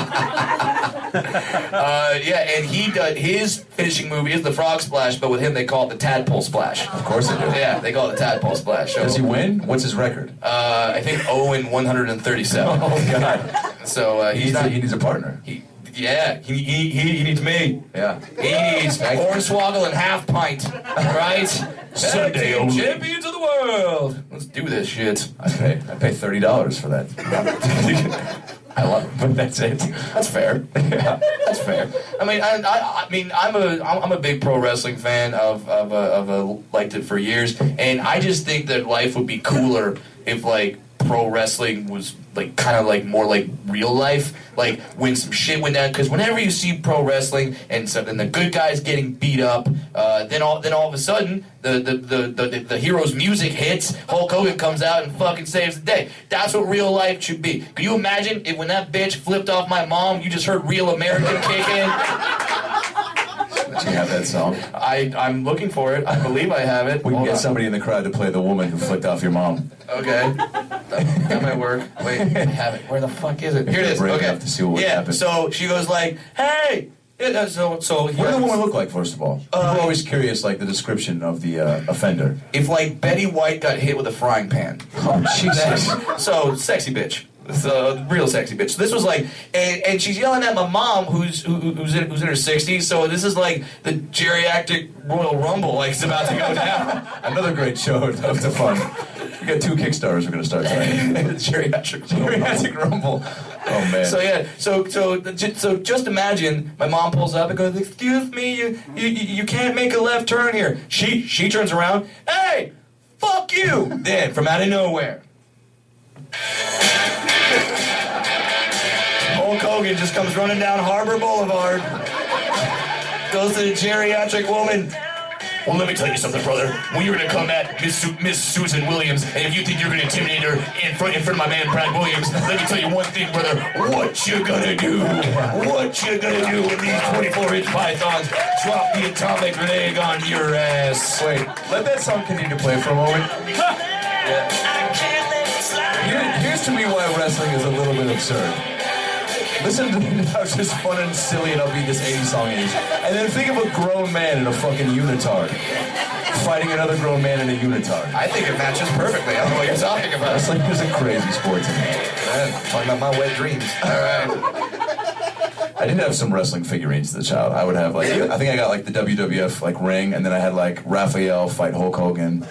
uh, yeah, and he did his finishing move is the frog splash, but with him they call it the tadpole splash.
Of course I do.
Yeah, they call it the tadpole splash. So,
Does he win? What's his record?
uh, I think 0 and 137.
oh God.
So uh,
He
he's
needs, a,
not.
he needs a partner.
He, yeah, he, he, he, he needs me.
Yeah.
He needs Hornswoggle and half pint, right?
Sunday
Tag team
only.
Champions of the world. Let's do this shit.
I pay I pay thirty dollars for that. I love it, but that's it.
That's fair. That's fair. I mean, I, I, I mean, I'm a, I'm I'm a big pro wrestling fan of, of, a, of a, liked it for years, and I just think that life would be cooler if like pro wrestling was like kind of like more like real life, like when some shit went down. Because whenever you see pro wrestling and so, and the good guys getting beat up, uh, then all then all of a sudden the the, the, the, the the hero's music hits, Hulk Hogan comes out and fucking saves the day. That's what real life should be. Can you imagine if when that bitch flipped off my mom, you just heard real American kick in?
Do you have that song?
I, I'm looking for it. I believe I have it.
We can
Hold
get
on.
somebody in the crowd to play the woman who flicked off your mom.
Okay. That, that might work. Wait, I have it. Where the fuck is it? Here it is.
Brave
okay.
enough to see what would
yeah.
happen.
So she goes like, "Hey." It, uh, so so he
What did the
goes,
woman look like, first of all?
Uh,
We're always curious, like the description of the uh, offender.
if like Betty White got hit with a frying pan.
Oh Jesus!
so sexy bitch. So real sexy bitch. So this was like, and, and she's yelling at my mom, who's who, who's in, who's in her sixties. So this is like the geriatric Royal Rumble, like it's about to go down.
Another great show of the fun. We got two Kickstarters we're gonna start tonight.
geriatric,
Jurassic Rumble. Oh man.
So yeah, so so ju- so just imagine my mom pulls up and goes, "Excuse me, you you you can't make a left turn here." She she turns around, "Hey, fuck you!" then from out of nowhere, Hulk Hogan just comes running down Harbor Boulevard, goes to the geriatric woman. Well, let me tell you something, brother. When you're gonna come at Miss, Su- Miss Susan Williams, and if you think you're gonna intimidate her in front in front of my man Brad Williams, let me tell you one thing, brother. What you gonna do? What you gonna do when these 24-inch pythons drop the atomic leg on your ass?
Wait, let that song continue to play for a moment. Here- here's to me why wrestling is a little bit absurd. Listen to how just fun and silly and upbeat this 80s song is. And then think of a grown man in a fucking unitard fighting another grown man in a unitard.
I think it matches perfectly. I don't know what you're talking about.
Wrestling is a crazy sport to me.
talking about my wet dreams. All right.
I did have some wrestling figurines as a child. I would have like I think I got like the WWF like ring, and then I had like Raphael fight Hulk Hogan.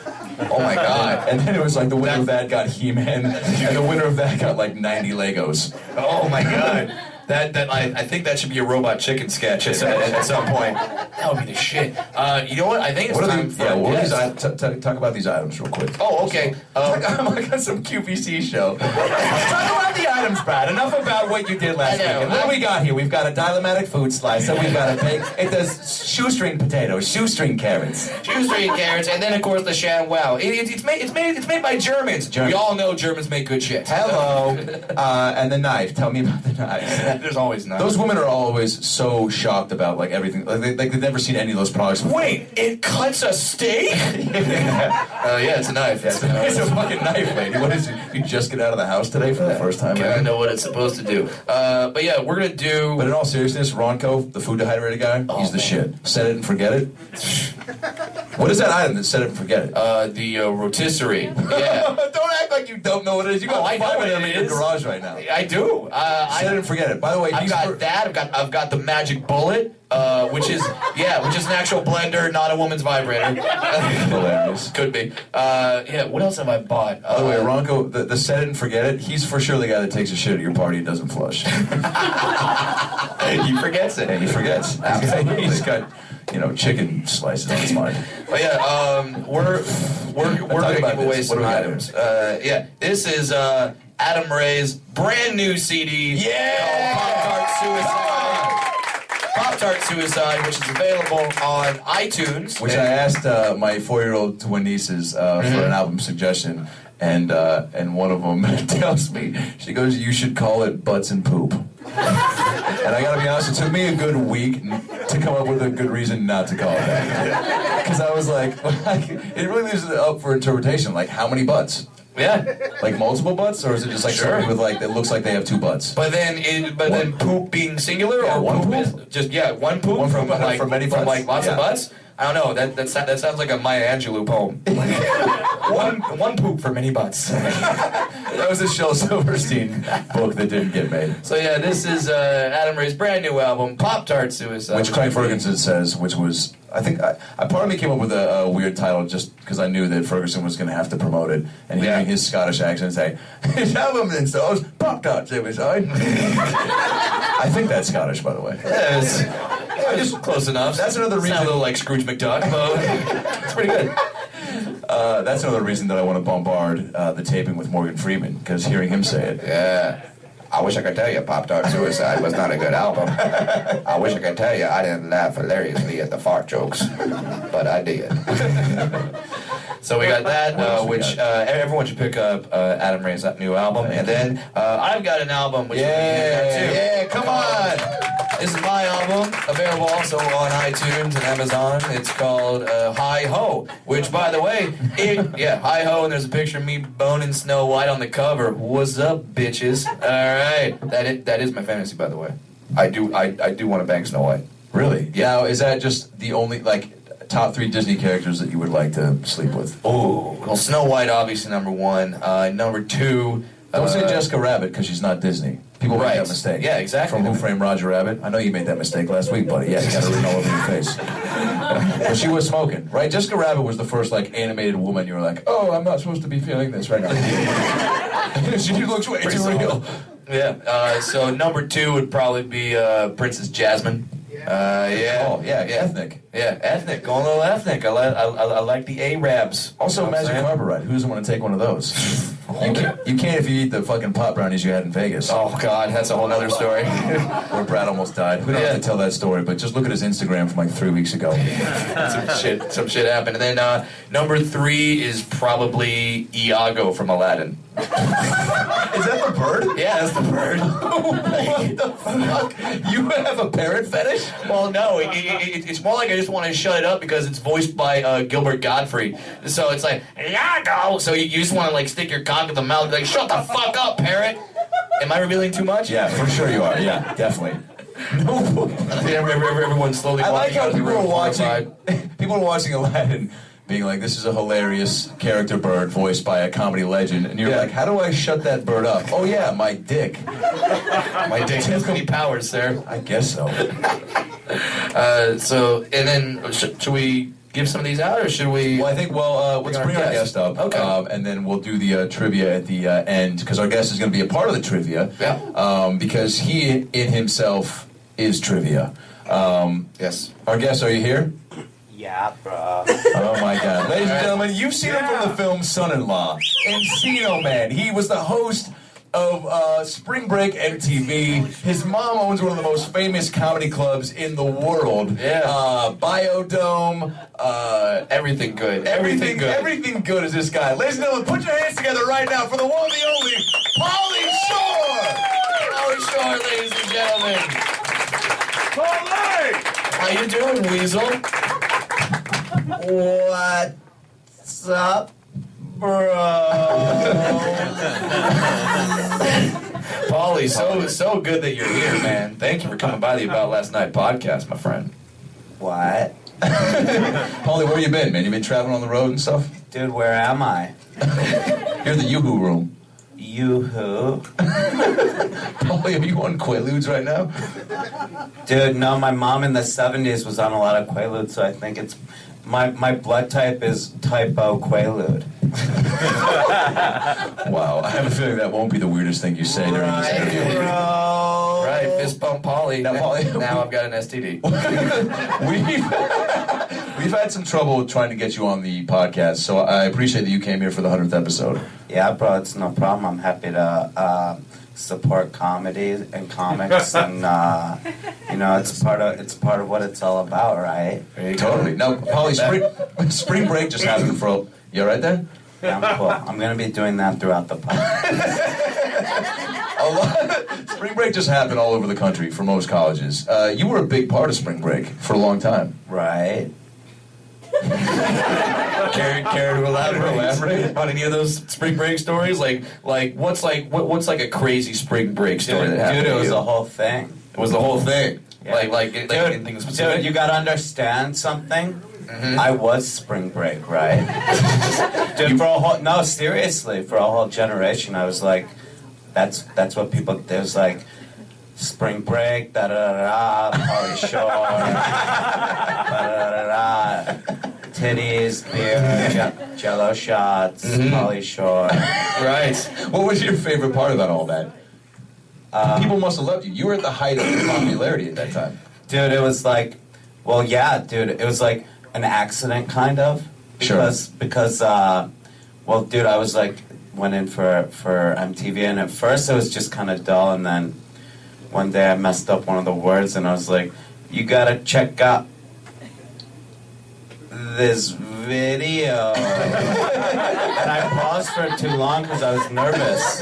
Oh my God.
And then it was like the winner of that got He-Man, and the winner of that got like 90 Legos.
Oh my god. That, that I, I think that should be a robot chicken sketch at, at, at some point. That would be the shit. Uh, you know what? I think it's
What are
time
these?
for
Yeah,
a
what are
guest.
these? i- t- t- talk about these items real quick.
Oh, okay. Um,
I'm like on some QVC show. talk about the items, Brad. Enough about what you did last
I know.
weekend. What do we got here? We've got a dilemmatic food slicer. We've got a bake. It does shoestring potatoes, shoestring carrots.
Shoestring carrots, and then of course the sham wow. It, it, it's made it's made it's made by Germans.
Germans.
We all know Germans make good shit.
Hello. Uh, and the knife. Tell me about the knife.
There's always none.
Those women are always so shocked about like everything. Like, they, like they've never seen any of those products. Before.
Wait, it cuts a steak? uh, yeah, it's a knife.
It's a, it's a fucking knife, lady. What is it? You just get out of the house today for the first time.
I
ever?
know what it's supposed to do. Uh, but yeah, we're gonna do.
But in all seriousness, Ronco, the food dehydrated guy, he's the
man.
shit. Set it and forget it. what is that item that set it and forget it?
uh, the uh, rotisserie. Yeah,
don't act like you don't know what it is. You got
Oh, I know
five
what
of them
it
in your
is.
garage right now.
I do. Uh, I
Set it and forget it. By the way,
I've
these
got
were-
that. I've got I've got the magic bullet, uh, which is yeah, which is an actual blender, not a woman's vibrator.
hilarious.
Could be. Uh, yeah. What else have I bought? Uh,
By the way, Ronco, the, the set it and forget it, he's for sure the guy that takes a shit at your party and doesn't flush.
he forgets it.
and he forgets. he's got, you know, chicken slices on his mind.
But yeah, um, we're we're we're
Talk
gonna
about
give away
this. What
some
do we got
items. Uh, yeah, this is uh, Adam Ray's brand new CD.
Yeah!
Pop Tart Suicide. Pop Tart Suicide, which is available on iTunes.
which I asked uh, my four-year-old twin nieces uh,
Mm-hmm.
for an album suggestion, and uh, and one of them tells me she goes, "You should call it Butts and Poop." and I gotta be honest, it took me a good week n- to come up with a good reason not to call it that, because I was like, it really leaves it up for interpretation. Like, how many butts?
yeah,
Like multiple butts, or is it just like
Sure.
something with like that looks like they have two butts?
but then it, but then poop being singular
Yeah,
or
one
poop,
poop.
is just yeah one poop
One
from
poop
like
from many
from
butts.
like lots
Yeah.
of butts. I don't know. That that, sa- that sounds like a Maya Angelou poem. one one poop for many butts.
That was a Shel Silverstein book that didn't get made.
So yeah, this is uh, Adam Ray's brand new album, Pop Tart Suicide.
which Craig Ferguson says, which was I think I, I part of me came up with a, a weird title just because I knew that Ferguson was going to have to promote it, and hearing
Yeah.
his Scottish accent say, "His album installs pop tarts every side." I think that's Scottish, by the way.
Yeah, it's, yeah, it's close enough.
That's another
Sound
reason-
a little like Scrooge McDuck, but it's pretty good.
Uh, that's another reason that I want to bombard uh, the taping with Morgan Freeman because hearing him say it.
Yeah. I wish I could tell you Pop Tart Suicide was not a good album. I wish I could tell you I didn't laugh hilariously at the fart jokes, but I did.
So we got that, uh,
else we
which uh, everyone should pick up uh, Adam Ray's new album, and then uh, I've got an album which we can hand out, too.
Yeah, come on.
This is my album, available also on iTunes and Amazon. It's called uh, Hi Ho, which, by the way, it, yeah, Hi Ho, and there's a picture of me boning Snow White on the cover. What's up, bitches? All right, that is, that is my fantasy, by the way. I do I, I do want to bang Snow White.
Really? Yeah. Is that just the only like top three Disney characters that you would like to sleep with?
Oh, well, Snow White obviously number one. Uh, number two.
Don't say
uh,
Jessica Rabbit because she's not Disney. People
Right.
make that mistake.
Yeah, exactly.
From Who Framed Roger Rabbit? I know you made that mistake last week, buddy. Yeah, you got it written all over your face. but she was smoking, right? Jessica Rabbit was the first like animated woman. You were like, oh, I'm not supposed to be feeling this right now. she looks way too "Oh, real.
Yeah. Uh, so number two would probably be uh, Princess Jasmine. Uh, yeah.
Oh, yeah, ethnic.
Yeah, ethnic. Going a little ethnic. I like I, I, I like the Arabs.
Also,
You know what I'm
Magic
saying?
Carpet Ride. Who doesn't want to take one of those? You can't, you can't if you eat the fucking pot brownies you had in Vegas.
Oh God, that's a whole nother story.
Where Brad almost died. We don't
Yeah.
have to tell that story, but just look at his Instagram from like three weeks ago.
some shit, some shit happened. And then uh, number three is probably Iago from Aladdin.
Is that the bird?
Yeah, that's the bird.
What the fuck? You have a parrot fetish?
Well, no, it, it, it, it's more like I just want to shut it up because it's voiced by uh, Gilbert Godfrey. So it's like Iago. So you, you just want to like stick your cock in the mouth, like shut the fuck up, parrot. Am I revealing too much?
Yeah, for sure you are. Yeah, definitely.
Every- every- everyone slowly.
I like
walking out
how
of the
people are
room,
watching.
horrified.
People are watching Aladdin, being like, "This is a hilarious character bird voiced by a comedy legend," and you're like, "How do I shut that bird up?" Oh yeah, my dick.
My dick has many powers, sir.
I guess so.
Uh, so, and then sh- should we give some of these out, or should we?
Well, I think well, uh, let's bring our guest up,
Okay.
um, and then we'll do the uh, trivia at the uh, end because our guest is going to be a part of the trivia.
Yeah.
Um, because he in himself is trivia. Um,
Yes.
our guest, are you here?
Yeah, bro.
Oh my God, ladies and gentlemen, you've seen him from the film Son-in-Law, Encino Man. He was the host of uh, Spring Break MTV. His mom owns one of the most famous comedy clubs in the world.
Yeah.
Uh, Biodome. Uh,
Everything good.
everything, everything good is this guy. Ladies and gentlemen, put your hands together right now for the one, the only, Pauly Shore.
Howard Shore, ladies and gentlemen. How you doing, Weasel?
What's up, bro?
Paulie, so so good that you're here, man. Thank you for coming by the About Last Night podcast, my friend.
What?
Pauly, where you been, man? You been traveling on the road and stuff?
Dude, where am I?
You're in the Yoo-Hoo room.
You who?
Paulie, are you on Quaaludes right now?
Dude, no, my mom in the 70s was on a lot of Quaalude, so I think it's. My, my blood type is type O Quaalude.
Wow, I have a feeling that won't be the weirdest thing you say during this interview.
bro.
Right, fist bump, Paulie. Now,
Pauly-
now I've got an STD.
We've, we've had some trouble trying to get you on the podcast, so I appreciate that you came here for the 100th episode.
Yeah, bro, it's no problem. I'm happy to uh, support comedy and comics, and uh, you know, it's part of it's part of what it's all about, right?
Totally. Now, Polly, spring, spring break just happened for. You all right there?
Yeah, I'm cool. I'm gonna be doing that throughout the podcast.
A lot, spring break just happened all over the country for most colleges. Uh, you were a big part of spring break for a long time.
right?
Care, care to elaborate, on any of those spring break stories? Like, like what's like what, what's like a crazy spring break story that happened?
Dude, it
to
was
you?
the whole thing.
It was the whole thing.
Yeah.
Like, like, it- like
Dude,
anything specific. Mm-hmm.
Dude, you gotta understand something. I was spring break, right? Dude, for a whole no, seriously, for a whole generation, I was like, that's that's what people. There's like spring break, da da da da, Pauly Shore, da da da da, titties, beer,
Mm-hmm.
j- Jello shots, Pauly Shore.
right.
What was your favorite part about all that? People must have loved you. You were at the height of your popularity at that time.
Dude, it was like, well, yeah, dude, it was like an accident, kind of.
Sure.
Because, because, uh, well, dude, I was like, went in for for MTV, and at first it was just kind of dull, and then one day I messed up one of the words, and I was like, you gotta check out this video. video. and I paused for too long because I was nervous.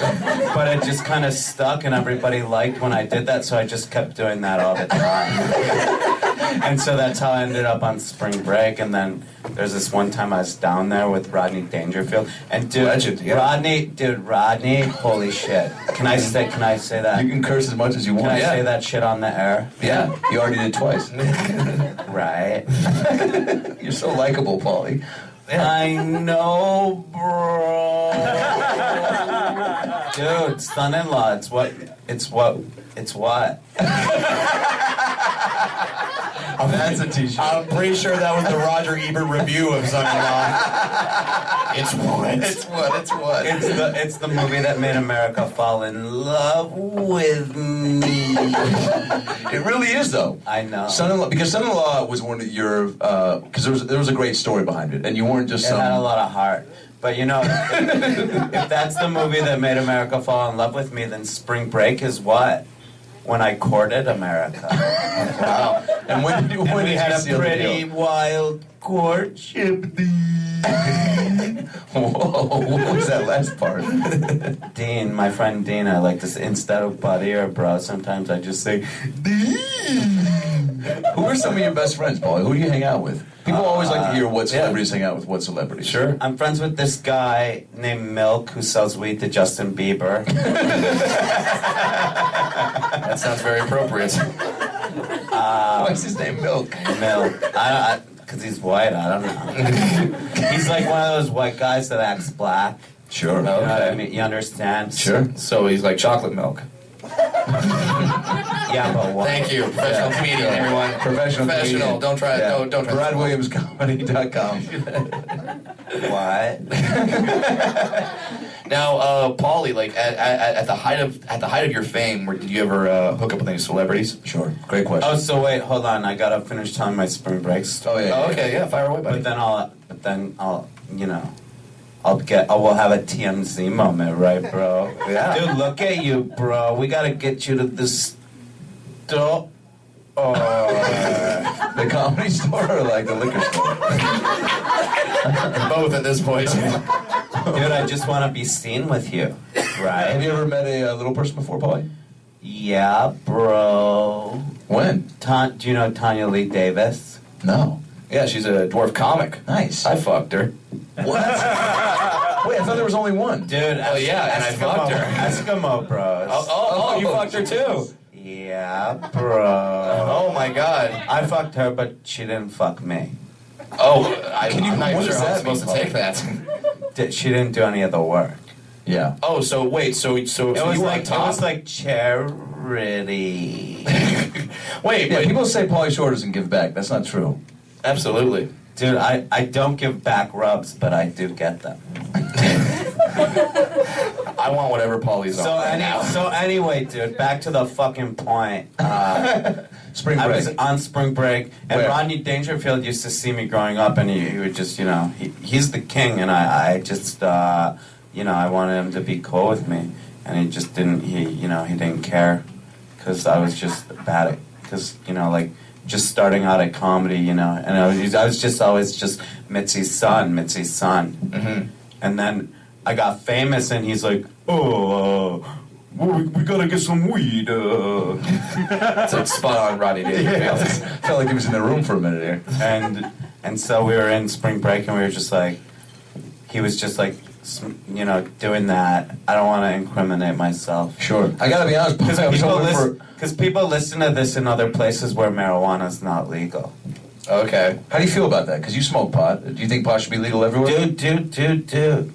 But it just kind of stuck, and everybody liked when I did that, so I just kept doing that all the time. and so that's how I ended up on spring break. And then there's this one time I was down there with Rodney Dangerfield. And dude,
Legend, yeah.
Rodney, dude, Rodney, holy shit. Can I say, can I say that?
You can curse as much as you
Can
want.
I
yeah.
say that shit on the air?
Yeah, you already did twice.
Right.
You're so likable, Paulie.
I know, bro. Dude, son-in-law. It's what. It's what. It's what.
That's a t-shirt.
I'm pretty sure that was the Roger Ebert review of Son-in-Law. It's what?
It's what? It's what?
It's the. It's the movie that made America fall in love with me.
It really is though.
I know.
Son-in-law, because son-in-law was one of your, because there was there was a great story behind it, and you weren't just
It had a
some.
lot of heart. But you know, if, if that's the movie that made America fall in love with me, then Spring Break is what. When I courted America,
And when did you
and
when
we
did
had
you
a
seal the
pretty
deal?
wild courtship.
Whoa! What was that last part?
Dean, my friend Dean, I like this instead of buddy or bro. Sometimes I just say
Who are some of your best friends, Paul? Who do you hang out with? People always like to hear what celebrities hang out with. What celebrities? Sure.
I'm friends with this guy named Milk who sells weed to Justin Bieber.
That sounds very appropriate.
Um,
Why is his name Milk?
Milk, I, I, cause he's white. I don't know. he's like one of those white guys that acts black.
Sure.
You know what I mean? You understand?
Sure.
So he's like chocolate milk.
Yeah, but what?
Thank you, professional comedian, everyone.
Professional.
Professional.
comedian.
Don't try.
Yeah.
Don't, don't try.
BradWilliamsComedy.com.
What?
Now, uh, Paulie, like at, at, at the height of at the height of your fame, where, did you ever uh, hook up with any celebrities?
Sure. Great question.
Oh, so wait, hold on. I gotta finish telling my spring break story.
Oh yeah.
Oh, okay, yeah, fire away, buddy.
But then I'll, but then I'll, you know, I'll get, I will have a TMZ moment, right, bro?
Yeah.
Dude, look at you, bro. We gotta get you to this. Do-
uh, The comedy store or like the liquor store?
Both at this point.
Dude, I just want to be seen with you,
Have
right?
you ever met a uh, little person before, Paulie?
Yeah, bro.
When?
Ta- do you know Tanya Lee Davis?
No.
Yeah, she's a dwarf comic.
Nice.
I fucked her.
What? Wait, I thought there was only one.
Dude, oh
yeah, and I fucked her.
Eskimo bros.
Oh, you fucked her too.
Yeah, bro.
Oh my god.
I fucked her, but she didn't fuck me.
Oh, I,
Can you-
I'm not
what
sure
does
how I'm
that
supposed to
mean,
take that.
Did, she didn't do any of the work.
Yeah.
Oh, so wait, so so,
It
so
was
you were
like
on
it
top.
was like charity.
Yeah,
wait, wait,
people say Paulie Shore doesn't give back. That's not true.
absolutely.
Dude, I, I don't give back rubs, but I do get them.
I want whatever Paulie's on.
So any, so anyway, dude, back to the fucking point. Uh,
Spring
I
break.
was on spring break, and
Where?
Rodney Dangerfield used to see me growing up, and he, he would just, you know, he, he's the king, and I, I just, uh, you know, I wanted him to be cool with me, and he just didn't, he, you know, he didn't care, because I was just bad at, because, you know, like, just starting out at comedy, you know, and I was, I was just always just Mitzi's son, Mitzi's son. And then I got famous, and he's like, oh, uh, well, we, we gotta get some weed. Uh.
It's like spot on, Rodney Dangerfield.
felt like he was in the room for a minute here.
and and so we were in spring break and we were just like he was just like sm- you know doing that i don't want to incriminate myself
Sure. I gotta be honest, Paulie, I
because
was
people,
hoping for.
listen, 'cause people listen to this in other places where marijuana's not legal
Okay.
How do you feel about that? Because you smoke pot. Do you think pot should be legal everywhere?
dude dude dude dude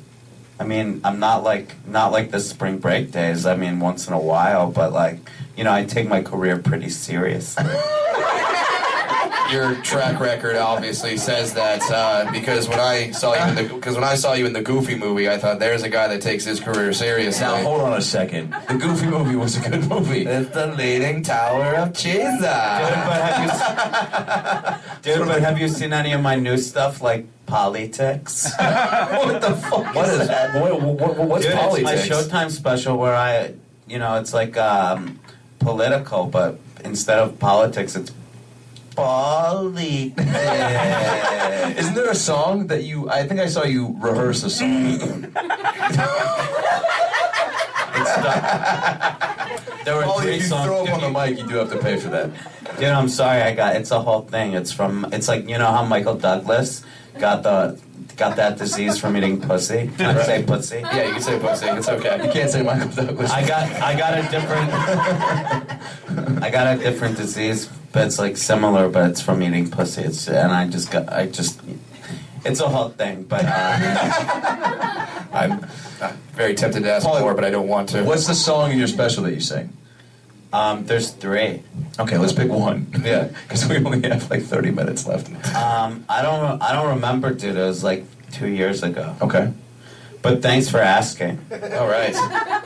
i mean i'm not like not like the spring break days i mean once in a while but like you know i take my career pretty seriously
your track record obviously says that uh, because when I saw you in the because when I saw you in the Goofy movie, I thought there's a guy that takes his career seriously.
Now hold on a second. The Goofy movie was a good movie.
it's the leading tower of Jesus.
Dude, but have you, s- dude, but have you seen any of my new stuff like politics?
what the fuck
What is
that?
what, what, what's
Dude, it's my
politics?
Showtime special where I, you know, it's like um, political, but instead of politics, it's politics.
Isn't there there a song that you? I think I saw you rehearse a song.
There were
Only
three
Oh, if you
songs.
throw up on the mic, you do have to pay for that.
Dude, I'm sorry. I got it's a whole thing. It's from. It's like you know how Michael Douglas got the got that disease from eating pussy. Can I say pussy?
Yeah, you can say pussy. It's okay.
You can't say Michael Douglas.
I got I got a different I got a different disease, but it's like similar, but it's from eating pussy. It's and I just got I just it's a whole thing, but uh,
I'm uh, very tempted to ask
Paul,
more, but I don't want to.
What's the song in your special that you sing?
um, there's three.
Okay, let's pick one.
Yeah.
because we only have like 30 minutes left.
Um, I don't I don't remember, dude. It was like two years ago.
Okay.
But thanks for asking.
All right.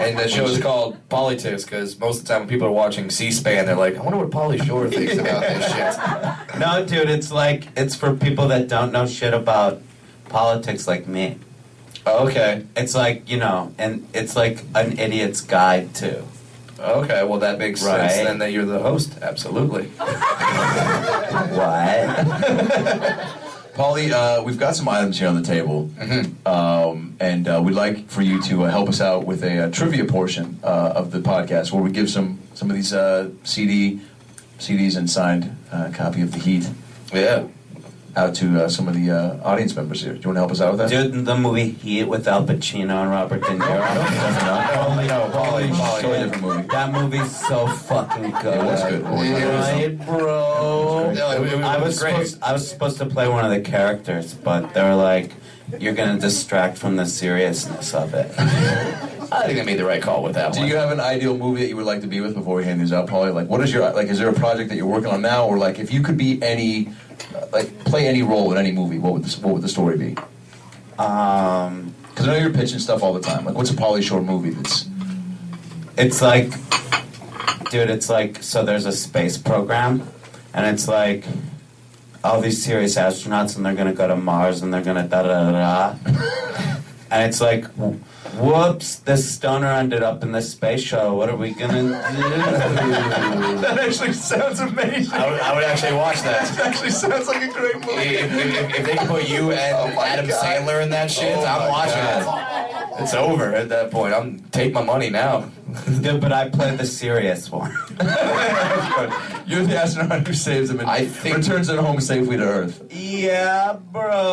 And the show is called Politics because most of the time when people are watching C-SPAN, they're like, I wonder what Polly Shore thinks about this shit.
No, dude, it's like it's for people that don't know shit about politics like me.
Okay.
It's like, you know, and it's like an idiot's guide to.
Okay. Well, that makes
Right.
sense then that you're the host. Absolutely.
What?
Polly, uh, we've got some items here on the table,
Mm-hmm.
um, and uh, we'd like for you to uh, help us out with a, uh trivia portion uh, of the podcast, where we give some some of these uh, CD CDs and signed uh, copy of the Heat
Yeah.
out to uh, some of the uh, audience members here. Do you want to help us out with that?
Dude, the movie Heat with Al Pacino and Robert De Niro.
Polly,
Holy shit.
totally different movie.
That movie's so fucking good.
It was good.
Right, bro.
No, it- it
I was
was great.
supposed I was supposed to play one of the characters, but they were like, "You're gonna distract from the seriousness of it."
I think I made the right call with that
Do
one.
you have an ideal movie that you would like to be with before we hand these out, Polly? Like, what is your like? Is there a project that you're working on now, or like, if you could be any, uh, like, play any role in any movie, what would this, what would the story be?
Um,
Because I know you're pitching stuff all the time. Like, what's a Polly Shore movie that's
it's like, dude, it's like so. There's a space program, and it's like all these serious astronauts, and they're gonna go to Mars, and they're gonna da da da da. And it's like, whoops, this stoner ended up in this space shuttle. What are we gonna do?
that actually sounds amazing.
I would, I would actually watch that.
actually sounds like a great Oh
If, if- if- if they can put you and Adam Sandler in that shit, I'm watching it. It's over at that point. I'm take my money now.
Dude, but I play the serious one.
You're the astronaut who saves him and
I think-
returns it home safely to Earth.
Yeah, bro.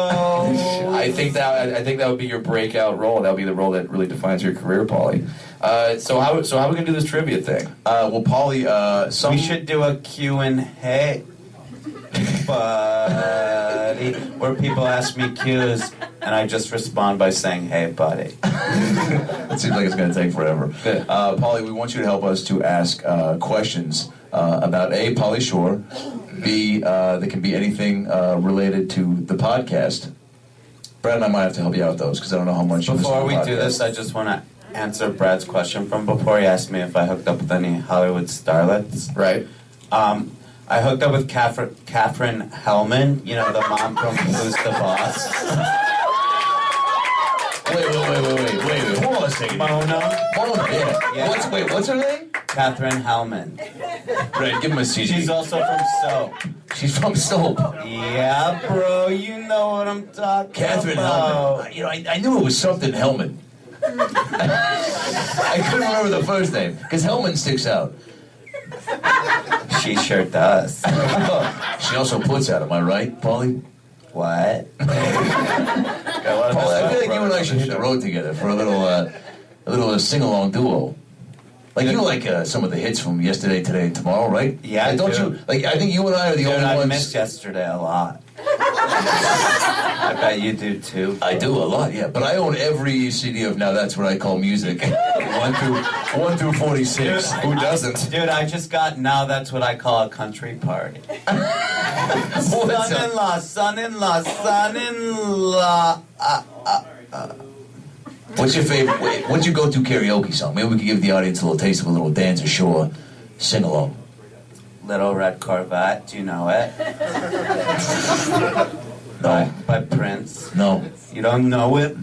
I think that I think that would be your breakout role. That would be the role that really defines your career, Paulie. Uh, so how so how are we gonna do this trivia thing?
Uh, well, Polly, uh, some
we should do a Q and A, buddy, where people ask me cues and I just respond by saying, "Hey, buddy."
It seems like it's going to take forever.
Yeah.
Uh, Polly, we want you to help us to ask uh, questions uh, about A, Polly Shore, B, uh, that can be anything uh, related to the podcast. Brad and I might have to help you out with those because I don't know how much you listen to
Before
the
we do
podcast.
this, I just want to answer Brad's question from before he asked me if I hooked up with any Hollywood starlets.
Right.
Um, I hooked up with Catherine, Catherine Hellman, you know, the mom from Who's the Boss?
Wait, wait, wait, wait, wait, wait, wait. Hold on a second.
Mona?
Hold on a minute.
Yeah.
What's, wait, what's her name?
Catherine Hellman.
Brad, give him a CG.
She's also from Soap.
She's from Soap.
Yeah, bro, you know what I'm talking
Catherine
about.
Hellman. You know, I, I knew it was something Hellman. I couldn't remember the first name because Hellman sticks out.
She sure does.
She also puts out, am I right, Paulie?
what?
Paulie, I feel like you and I should hit the road together for a little, uh, a little uh, sing-along duo. Like you like uh, some of the hits from yesterday, today, and tomorrow, right?
Yeah, I
Like, don't
do.
you? Like I think you and I are the
Dude,
only
I
ones.
missed yesterday a lot. I bet you do too.
I do a lot, yeah. But I own every CD of now. That's what I call music. one through one through forty-six.
Dude,
Who
I-
doesn't?
Dude, I just got now that's what I call a country party.
What's
Son
up?
in law, son in law, son in law.
What's your favorite? wait, What's your go-to karaoke song? Maybe we could give the audience a little taste of a little dance ashore sing along.
Little Red Corvette, do you know it?
No,
By Prince.
no.
You don't know it?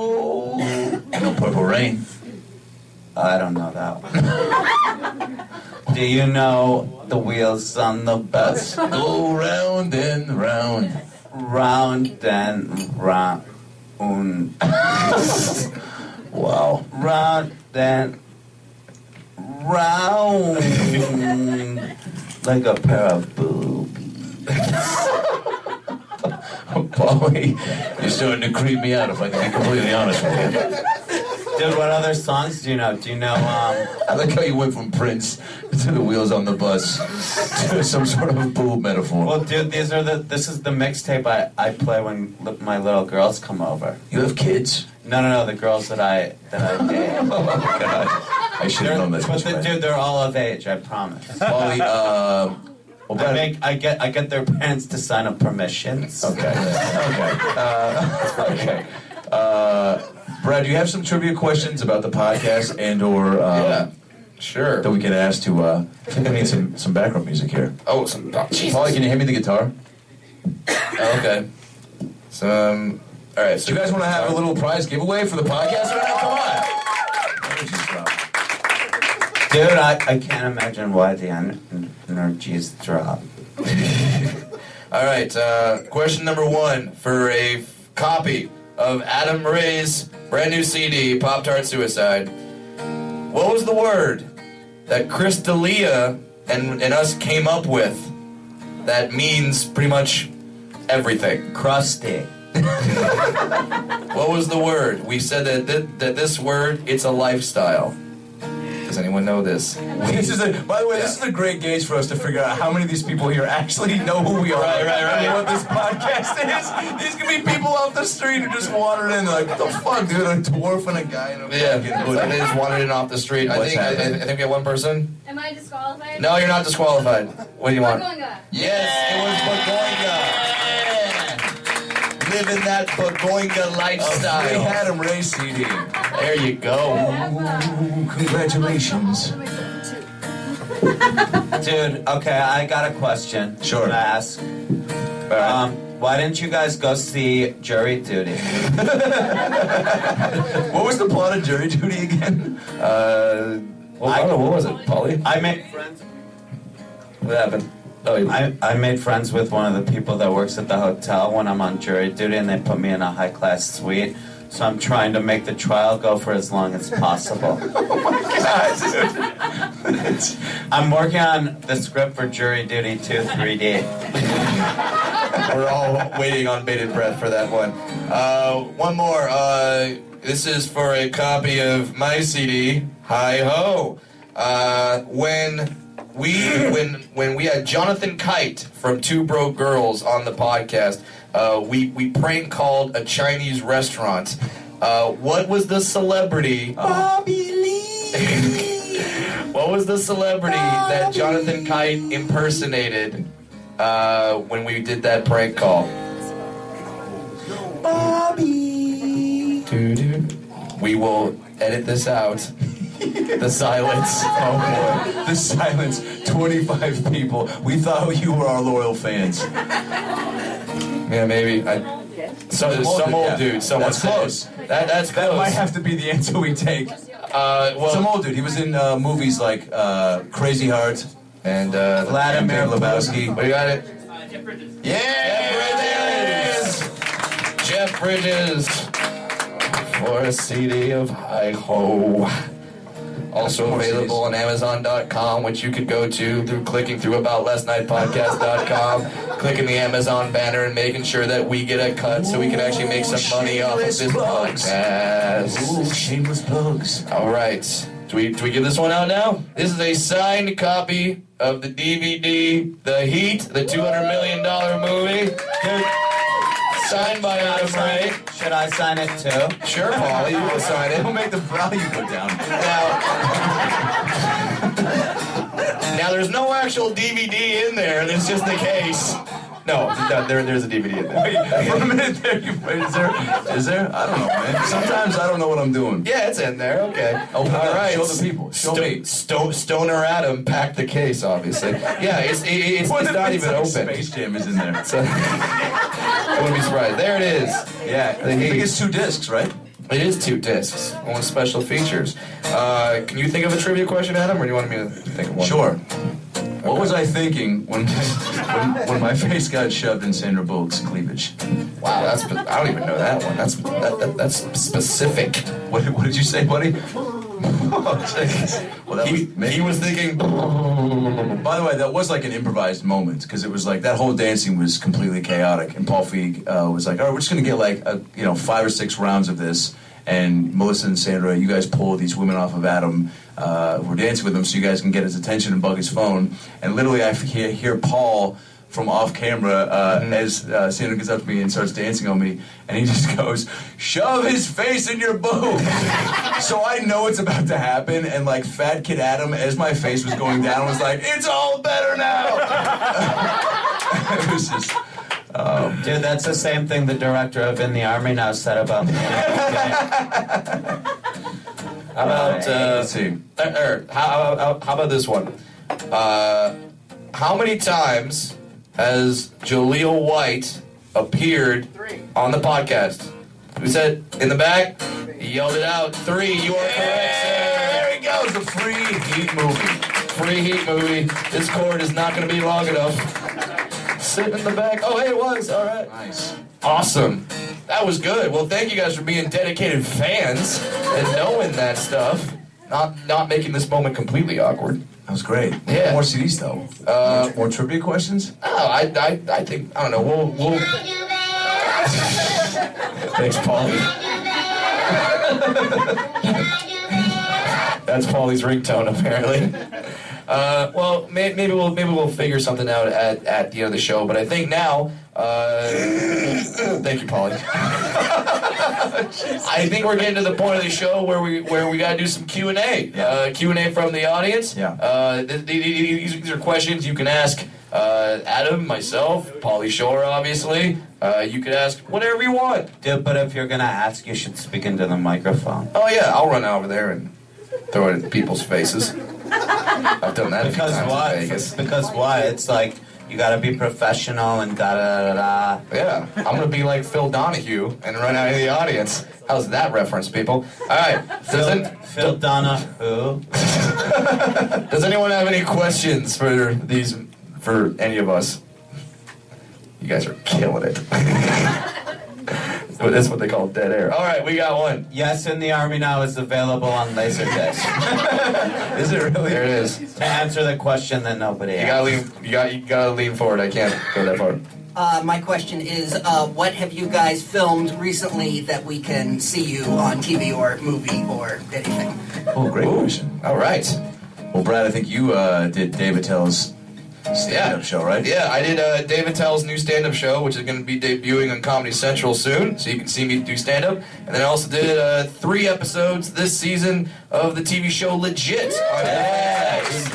No purple rain.
I don't know that one. Do you know the wheels on the bus?
Go round and round. round.
round and round.
Wow.
round and round like a pair of boobies.
Polly, you're starting to creep me out if I can be completely honest with you.
Dude, what other songs do you know? Do you know um
I like how you went from Prince to the wheels on the bus to some sort of a boob metaphor.
well dude these are the this is the mixtape I, I play when li- my little girls come over.
you have kids.
No no no the girls that I that I date.
I should
They're,
have known that.
but the, dude they're all of age, I promise.
Polly, uh, well,
I
Brad-
make I get I get their parents to sign up permissions.
Okay. Okay. Uh, okay. Uh, Brad, do you have some trivia questions about the podcast and/or uh,
Sure.
that we can ask to? Uh, I think I need some some background music here.
Oh, some. Oh, Jesus.
Polly, can you hand me the guitar?
Okay. Some. All right.
Do you guys want to have a little prize giveaway for the podcast right now? Come on. Energy's up.
Dude, I, I can't imagine why the en- energies drop.
All right. Uh, question number one for a f- copy of Adam Ray's brand new CD, Pop Tart Suicide. What was the word that Chris D'Elia and, and us came up with that means pretty much everything?
Crusty.
What was the word? We said that thi- that this word it's a lifestyle. Does anyone know this?
This is a, by the way, this is a great gauge for us to figure out how many of these people here actually know who we are
Right, right, right.
and what this podcast is. These could be people off the street who just wandered in. They're like, what the fuck, dude? A dwarf and a guy in a
Yeah,
fucking
they just wanted it off the street. I
What's
think I, I
happening?
think we had one person.
Am I disqualified?
No, you're not disqualified. What do you want?
Bunga.
Yes, it was Bogoinga. Living that Bogoinga
They
lifestyle.
had him Ray CD.
There you go.
Abba.
Congratulations.
Dude, okay, I got a question.
Sure.
Can I ask? Um, why didn't you guys go see Jury Duty?
What was the plot of Jury Duty again?
Uh, well, I don't know, what was it, Polly?
I made friends.
What happened? Oh, you,
I, I made friends with one of the people that works at the hotel when I'm on jury duty, and they put me in a high class suite. So I'm trying to make the trial go for as long as possible. I'm working on the script for Jury Duty 2 3D.
we're all waiting on bated breath for that one. Uh, one more. Uh, this is for a copy of my CD, Hi Ho. Uh, when we when when we had Jonathan Kite from Two Broke Girls on the podcast, uh, we we prank called a Chinese restaurant. Uh, what was the celebrity? Bobby Lee. what was the celebrity that Jonathan Kite impersonated uh, when we did that prank call. Bobby. Dude, we will edit this out. the silence.
Oh boy, the silence. 25 people. We thought you were our loyal fans.
Yeah, maybe. I, some, some old
Yeah,
dude. Someone
that's
said it.
close.
That, that's
That might
close.
have to be the answer we take.
uh, well,
Some old dude. He was in uh, movies like uh, Crazy Heart
and uh, the-
and Big
Vladimir
Lebowski.
we Oh, got it.
Yeah!
Jeff Bridges. Jeff Bridges for a CD of Hi Ho. Also available on Amazon.com, which you could go to through clicking through about last night podcast.com, clicking the Amazon banner and making sure that we get a cut so we can actually make some money off of this
shameless plugs.
podcast.
Ooh, shameless plugs.
All right. Do we, do we give this one out now? This is a signed copy of the DVD, The Heat, the $200 million movie,
Dude,
signed by Adam Ray.
should I sign it too?
Sure, Polly, you will sign
It'll
it.
make the value go down.
Now, now there's no actual DVD in there. There's just the case. No, no there, there's a DVD in there.
For a minute there, you, wait, is there? Is there? I don't know, man. Sometimes I don't know what I'm doing.
Yeah, it's in there. Okay.
Open it
All
up.
right.
Show the people. Show
Sto-
me.
Sto- Stoner Adam packed the case, obviously. Yeah, it's, it, it's,
What
it's
if
not even
like
open.
Space Jam is in there.
So, I wouldn't be surprised. There it is.
Yeah, I
Heat.
think it's two discs, right?
It is two discs on special features. Uh, can you think of a trivia question, Adam, or do you want me to think of one?
Sure. What was I thinking when my, when, when my face got shoved in Sandra Bullock's cleavage?
Wow, that's I don't even know that one. That's that, that, that's specific.
What, what did you say, buddy? Oh, jeez. well, that was, maybe,
He was thinking.
by the way, that was like an improvised moment because it was like that whole dancing was completely chaotic, and Paul Feig uh, was like, "All right, we're just gonna get like a, you know five or six rounds of this." And Melissa and Sandra, you guys pull these women off of Adam. Uh, we're dancing with him so you guys can get his attention and bug his phone. And literally, I hear, hear Paul from off camera uh,
Mm-hmm.
as uh, Sandra gets up to me and starts dancing on me, and he just goes, "Shove his face in your boob." so I know it's about to happen, and like Fat Kid Adam, as my face was going down, was like, "It's all better now." it was just.
Dude, that's the same thing the director of In the Army Now said about me. Okay.
About uh,
Let's see.
Uh, er, how, how, how- how about this one? Uh, how many times has Jaleel White appeared
Three.
on the podcast? We said in the back. He yelled it out. Three. You are correct. Sir.
There he goes, the free heat movie.
Free heat movie. This cord is not going to be long enough. Sitting in the back. Oh, hey, it was. All right.
Nice.
Awesome. That was good. Well, thank you guys for being dedicated fans and knowing that stuff. Not not making this moment completely awkward.
That was great.
Yeah.
More CDs though.
Uh,
more, more trivia questions.
Oh, I, I, I think I don't know. We'll, we'll
Thanks, Paulie.
that's Paulie's ringtone apparently. Uh, well, may, maybe we'll maybe we'll figure something out at, at the end of the show. But I think now, uh, thank you, Paulie. I think we're getting to the point of the show where we where we gotta do some Q and A, Uh, Q and A from the audience.
Yeah.
Uh, th- th- th- these, these are questions you can ask uh, Adam, myself, Paulie Shore, obviously. Uh, you could ask whatever you want.
Dude, but if you're gonna ask, you should speak into the microphone.
Oh yeah, I'll run over there and throw it at people's faces. I've done that a few
Because
times
why?
in Vegas.
Because why? It's like you gotta be professional and da da da da.
Yeah, I'm gonna be like Phil Donahue and run out of the audience. How's that reference, people? All right. Does,
Phil,
an-
Phil Donahue.
does anyone have any questions for these for any of us? You guys are killing it. But That's what they call dead air.
All right, we got one.
Yes, in the Army Now is available on Laserdisc.
Is it really? There it is.
to answer the question that nobody
You gotta
asked.
lean. You got. You gotta lean forward. I can't go that far.
Uh, my question is, uh, what have you guys filmed recently that we can see you on TV or movie or anything?
Oh, great question.
All right.
Well, Brad, I think you uh, did Dave Attell's stand-up
Yeah.
show, right?
Yeah, I did uh, David Tell's new stand-up show, which is going to be debuting on Comedy Central soon, so you can see me do stand-up. And then I also did uh, three episodes this season of the TV show Legit on Netflix.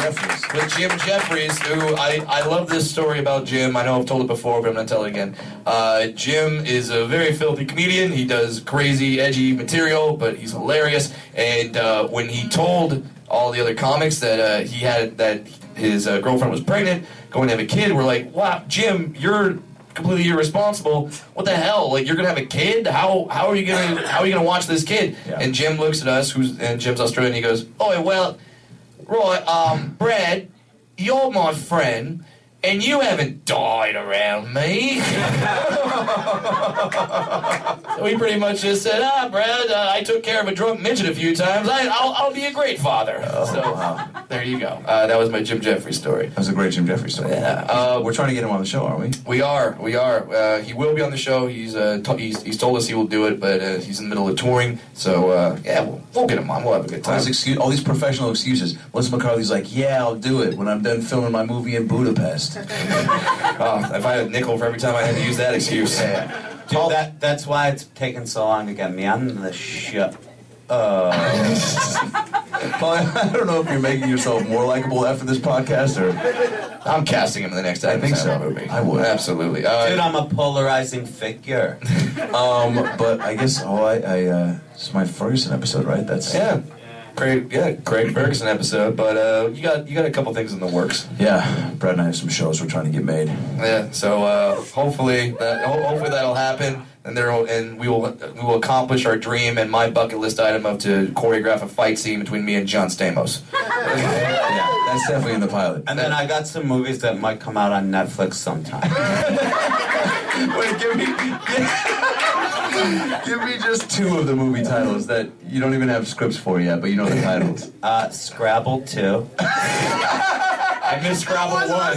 Jim Jeffries.
with Jim Jeffries, who I, I love this story about Jim. I know I've told it before, but I'm going to tell it again. Uh, Jim is a very filthy comedian. He does crazy, edgy material, but he's hilarious. And uh, when he told all the other comics that uh, he had that his uh, girlfriend was pregnant, going to have a kid, we're like, wow, Jim, you're completely irresponsible. What the hell? Like you're gonna have a kid? How how are you gonna how are you gonna watch this kid?
Yeah.
And Jim looks at us, who's and Jim's Australian. He goes, oh well, Right, um, Brad, you're my friend, and you haven't died around me. So we pretty much just said, ah, Brad, uh, I took care of a drunk midget a few times. I, I'll, I'll be a great father. so there you go. Uh, that was my Jim Jeffries story.
Oh, That was a great Jim Jeffries story.
Yeah. Uh,
We're trying to get him on the show, aren't we?
we are, we are. Uh, he will be on the show. He's, uh, t- he's he's told us he will do it, but uh, he's in the middle of touring. So uh, yeah, we'll, we'll get him on. We'll have a good
All
time.
these, excuse, all these professional excuses. Melissa McCarthy's like, yeah, I'll do it when I'm done filming my movie in Budapest.
Uh, if I had a nickel for every time I had to use that excuse.
Dude, that, that's why it's taken so long to get me on the show.
Paul, I don't know if you're making yourself more likable after this podcast, or
I'm casting him in the next
I think so.
Movie.
I would.
Absolutely.
Dude,
Uh,
I'm a polarizing figure.
um, but I guess oh, I, I uh, it's my Ferguson episode, right? That's
yeah. Craig, yeah, Craig Ferguson episode, but uh, you got you got a couple things in the works.
yeah. Brad and I have some shows we're trying to get made.
Yeah, so uh, hopefully that ho- hopefully that'll happen, and there will- and we will we will accomplish our dream and my bucket list item of to choreograph a fight scene between me and John Stamos.
Yeah, That's definitely in the pilot.
And then I got some movies that might come out on Netflix sometime.
Wait, give me give me just two of the movie titles that you don't even have scripts for yet, but you know the titles.
Uh, Scrabble 2.
I missed Scrabble one. I,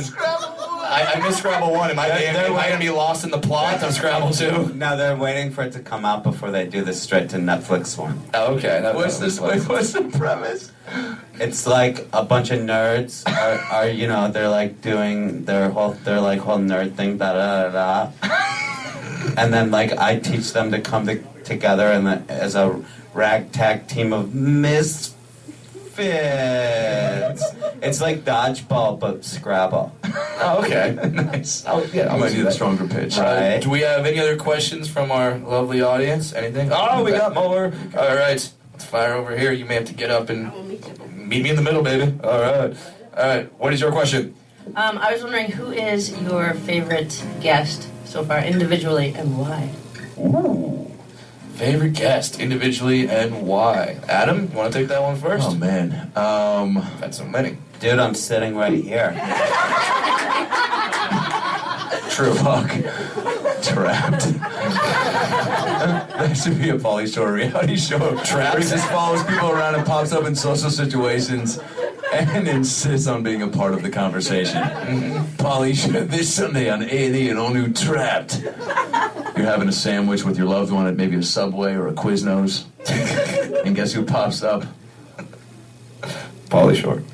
I missed Scrabble one. Am I, am, I- am I gonna be lost in the plot of Scrabble two?
Now they're waiting for it to come out before they do the straight to Netflix one.
Oh, okay. that-
What's
that
this?
was-
Wait, what's the premise?
It's like a bunch of nerds are, are you know, they're like doing their whole, their like whole nerd thing, da da da da. And then like I teach them to come to, together and then as a ragtag team of misfits. It's like dodgeball but Scrabble.
Oh, okay. nice. Oh, yeah.
I
I'll
might
do
need a
that.
stronger pitch.
Uh,
Right.
do we have any other questions from our lovely audience? Anything? Oh, we got more. All right, let's fire over here. You may have to get up and meet me in the middle, baby. All right, all right. What is your question?
Um, I was wondering who is your favorite guest so far, individually, and why?
Ooh. Favorite guest, individually and why? Adam, you want to take that one first?
Oh man. Um,
That's so many.
Dude, I'm sitting right here.
true. Fuck. Trapped. that should be a Polly Shore reality show. Trapped. Where he just follows people around and pops up in social situations and insists on being a part of the conversation. Polly Shore this Sunday on A&E and all new Trapped. You're having a sandwich with your loved one at maybe a Subway or a Quiznos. and guess who pops up?
Polly Short.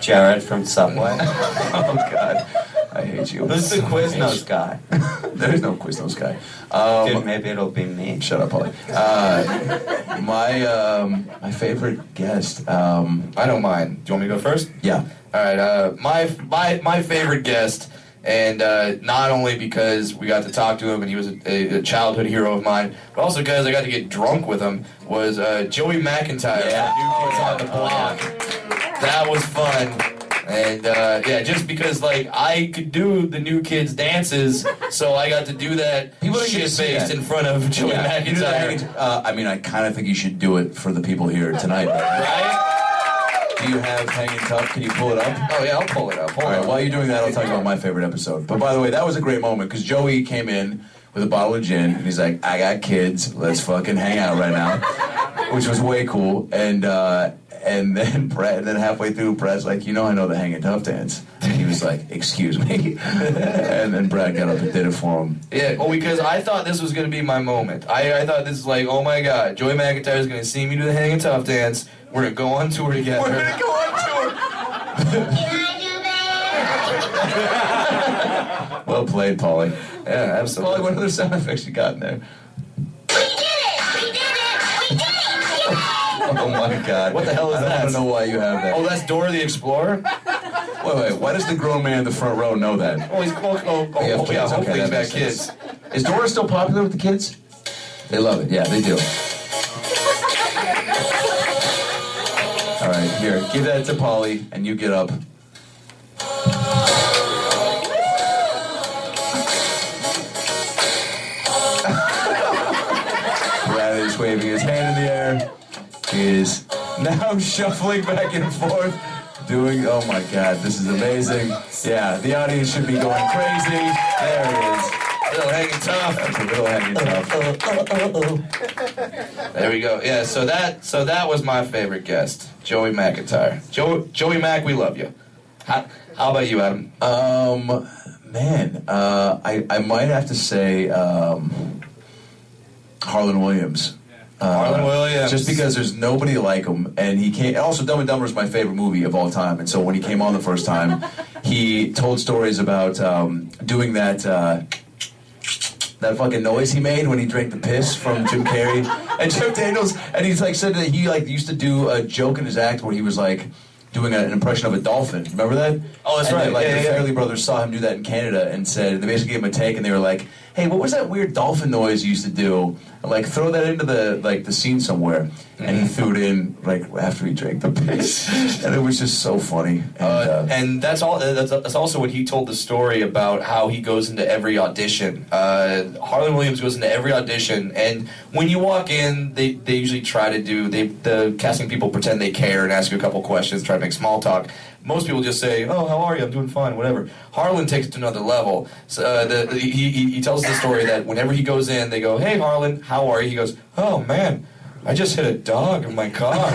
Jared from Subway.
Oh, God. I hate you.
Who's the Quiznos guy?
There's no Um, Quiznos guy.
Dude, maybe it'll be me.
Shut up, Polly. Uh, my um, my favorite guest. Um,
I don't mind. Do you want me to go first?
yeah,
All right, uh, my my my favorite guest, and uh, not only because we got to talk to him and he was a, a, a childhood hero of mine, but also because I got to get drunk with him was uh, Joey McIntyre. from
Yeah.
New Kids on the
Oh,
Block. That was fun, and uh, yeah, just because like I could do the New Kids dances, so I got to do that
People don't get to
shit
see
faced
that.
in front of Joey
yeah. You know
McIntyre.
that, uh, I mean, I kind of think you should do it for the people here tonight.
right?
Do you have hanging tough? Can you pull it up?
Oh yeah, I'll pull it up. Hold
All right.
on.
While you're doing that, I'll talk about my favorite episode. But by the way, that was a great moment because Joey came in with a bottle of gin and he's like, "I got kids. Let's fucking hang out right now," which was way cool. And uh, and then Brett, and then halfway through, Brett's like, "You know, I know the hanging tough dance." And he was like, "Excuse me," and then Brett got up and did it for him.
Yeah, well, because I thought this was going to be my moment. I, I thought this was like, oh my god, Joey McIntyre is going to see me do the Hanging Tough dance. We're going to go on tour together. We're going to go on tour.
Well played, Polly.
Yeah,
Polly,
absolutely.
what other sound effects you got in there? Oh my God!
What the hell is
I don't
that?
wanna know why you have that.
Oh, that's Dora the Explorer?
Wait, wait, why does the grown man in the front row know that?
Oh, he's oh, oh, oh,
We have
oh, yeah,
kids, okay,
hopefully
that
he's got
makes
kids.
Is Dora still popular with the kids? They love it, yeah, they do. All right, here, give that to Polly, and you get up. Brad is waving his hand in the air. He is now shuffling back and forth, doing. Oh my God, this is amazing! Yeah, the audience should be going crazy. There it is.
Little Hanging Tough.
That's a little hanging tough.
There we go. Yeah, so that so that was my favorite guest, Joey McIntyre. Joe, Joey Mac, we love you. How, how about you, Adam?
Um, man, uh, I I might have to say um, Harlan Williams. Uh,
Harlan Williams.
Just because there's nobody like him, and he came. Also, Dumb and Dumber is my favorite movie of all time, and so when he came on the first time, he told stories about um, doing that. Uh, that fucking noise he made when he drank the piss from Jim Carrey and Jeff Daniels, and he's like said that he like used to do a joke in his act where he was like doing a- an impression of a dolphin. Remember that?
Oh, that's
And then,
right.
like
Yeah,
the
yeah, yeah.
Fairley Brothers saw him do that in Canada and said they basically gave him a take, and they were like, "Hey, what was that weird dolphin noise you used to do? And, like throw that into the like the scene somewhere." And
Mm-hmm.
he threw it in like after he drank the piss, and it was just so funny. And,
Uh,
uh,
and that's all. That's, that's also what he told the story about how he goes into every audition. Uh, Harlan Williams goes into every audition, and when you walk in, they, they usually try to do they the casting people pretend they care and ask you a couple questions, try to
to make small talk. Most people just say, "Oh, how are you? I'm doing fine, whatever." Harlan takes it to another level. So, uh, the, he, he, he tells the story that whenever he goes in, they go, "Hey, Harlan, how are you?" He goes, "Oh man, I just hit a dog in my car."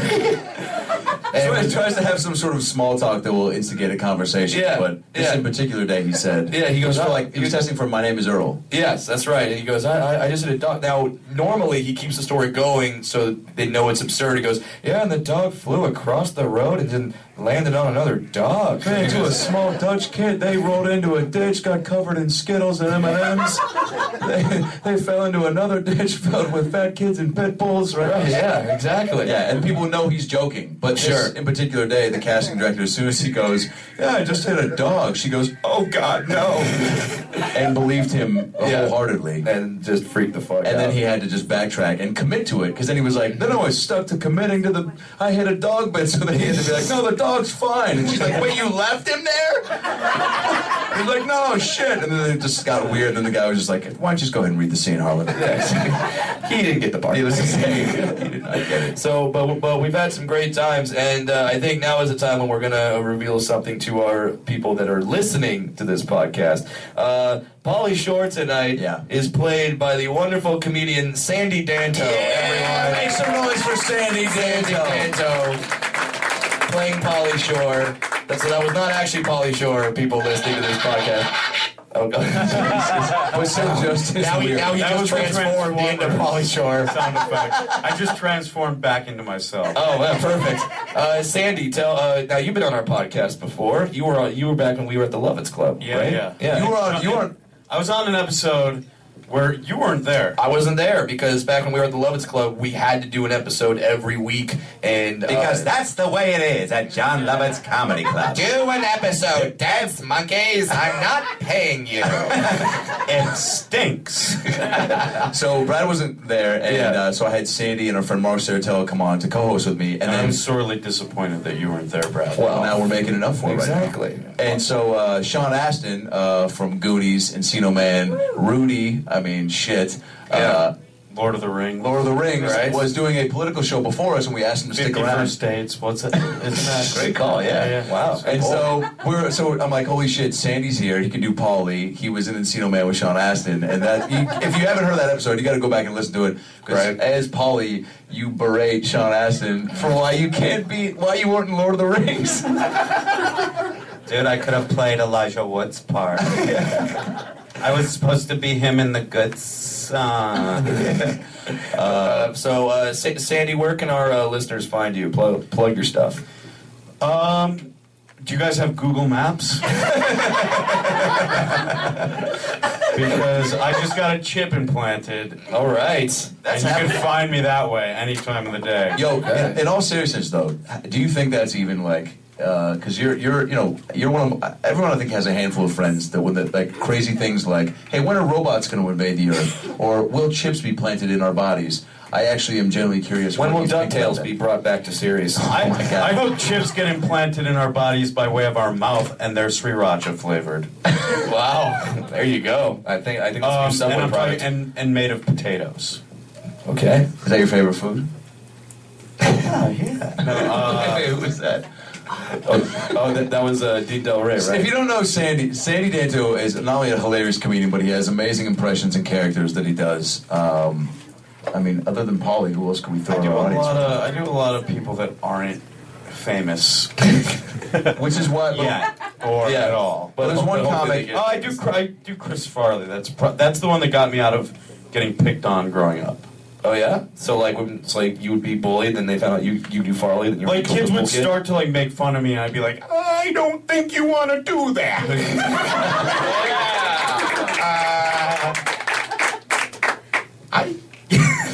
So he tries to have some sort of small talk that will instigate a conversation.
Yeah,
But this in particular day, he said.
Yeah, he goes,
I feel
"Oh,
like he was testing for my name is Earl.
Yes, that's right. And he goes, I, I, I just hit a dog. Now, normally he keeps the story going so they know it's absurd. He goes, Yeah, and the dog flew across the road and then landed on another dog.
Man, to a small Dutch kid, they rolled into a ditch, got covered in Skittles and M&Ms. They, they fell into another ditch filled with fat kids and pit bulls, right?
Yeah, exactly. Yeah, and people know he's joking. But sure. in particular day, the casting director, as soon as he goes, Yeah, I just hit a dog, she goes, Oh God, no. and believed him wholeheartedly.
And just freaked the
oh,
fuck
and then he had to just backtrack and commit to it, because then he was like, No, no, I stuck to committing to the. I hit a dog bit, so they had to be like, No, the dog's fine. And she's like, Wait, you left him there? He's like, No, shit. And then it just got weird, and then the guy was just like, Why don't you just go ahead and read the scene, Harlan?
he didn't get the part.
Needless to say.
So, but, but we've had some great times, and uh, I think now is the time when we're going to reveal something to our people that are listening to this podcast. Uh, Polly Shore tonight is played by the wonderful comedian Sandy Danto. everyone. make some noise for Sandy Danto. playing Polly Shore. That- So that was not actually Polly Shore, people listening to this podcast. Oh, God. now he, now he
That
just
was a
transformed into Polly Shore.
Sound effect. I just transformed back into myself.
Oh, well, perfect. Uh, Sandy, tell. Uh, now you've been on our podcast before. You were on, you were back when we were at the Lovitz Club.
Yeah,
right?
yeah.
yeah.
You were on- you were on-
I was on an episode where you weren't there. I wasn't there because back when we were at the Lovitz Club, we had to do an episode every week, and
Because
uh,
that's the way it is at John Lovett's Comedy Club.
Do an episode, dance monkeys. I'm not paying you.
it stinks.
so Brad wasn't there, and uh, so I had Sandy and our friend Mark Saratello come on to co-host with me, and then
I'm sorely disappointed that you weren't there, Brad.
well, now we're making it up for it
exactly.
And so uh, Sean Astin uh, from Goonies, Encino Man, Rudy, I mean shit. Uh,
Lord of the Rings.
Lord of the Rings
Right.
was doing a political show before us, and we asked him to stick around.
51st dates. What's it? Isn't that
Great call, yeah.
yeah.
Wow. And so we're so I'm like, holy shit, Sandy's here. He can do Polly. He was in Encino Man with Sean Astin, and that you, if you haven't heard that episode, you got to go back and listen to it. Because as Polly, you berate Sean Astin for why you can't be why you weren't in Lord of the Rings.
Dude, I could have played Elijah Wood's part. I was supposed to be him in the good son.
Uh, so, uh, Sa- Sandy, where can our uh, listeners find you? Plug, plug your stuff.
Um, do you guys have Google Maps? because I just got a chip implanted.
All right,
and you can find me that way any time of the day.
Yo, in, in all seriousness though, do you think that's even like? Because you're you're you know you're one of everyone I think has a handful of friends that when the, like crazy things like hey when are robots going to invade the earth or will chips be planted in our bodies? I actually am genuinely curious.
When will
you think about
Ducktales
that. Oh
be brought back to series?
I, I hope chips get implanted in our bodies by way of our mouth, and they're sriracha flavored.
wow, there you go. I think I think that's a new Subway
Um, and, I'm
product.
talking- and, and made of potatoes.
Okay.
Is that your favorite food?
Oh, No, uh,
Who was that?
Oh, oh, that, that was uh, Dean Del Rey, right?
If you don't know Sandy, Sandy Danto is not only a hilarious comedian, but he has amazing impressions and characters that he does. Um, I mean, other than Polly, who else can we throw
I
in
do
our
a
audience?
lot of I do a lot of people that aren't famous,
which is why
yeah, or
Yeah.
at all.
But there's one
hopefully
comic-
they get- Oh, I do. Cr- I do Chris Farley. That's pro- that's the one that got me out of getting picked on growing up.
Oh yeah. So like when it's like you would be bullied, then they found out you you do Farley, then you're
Like kids would start to like make fun of me, and I'd be like, I don't think you want to do that.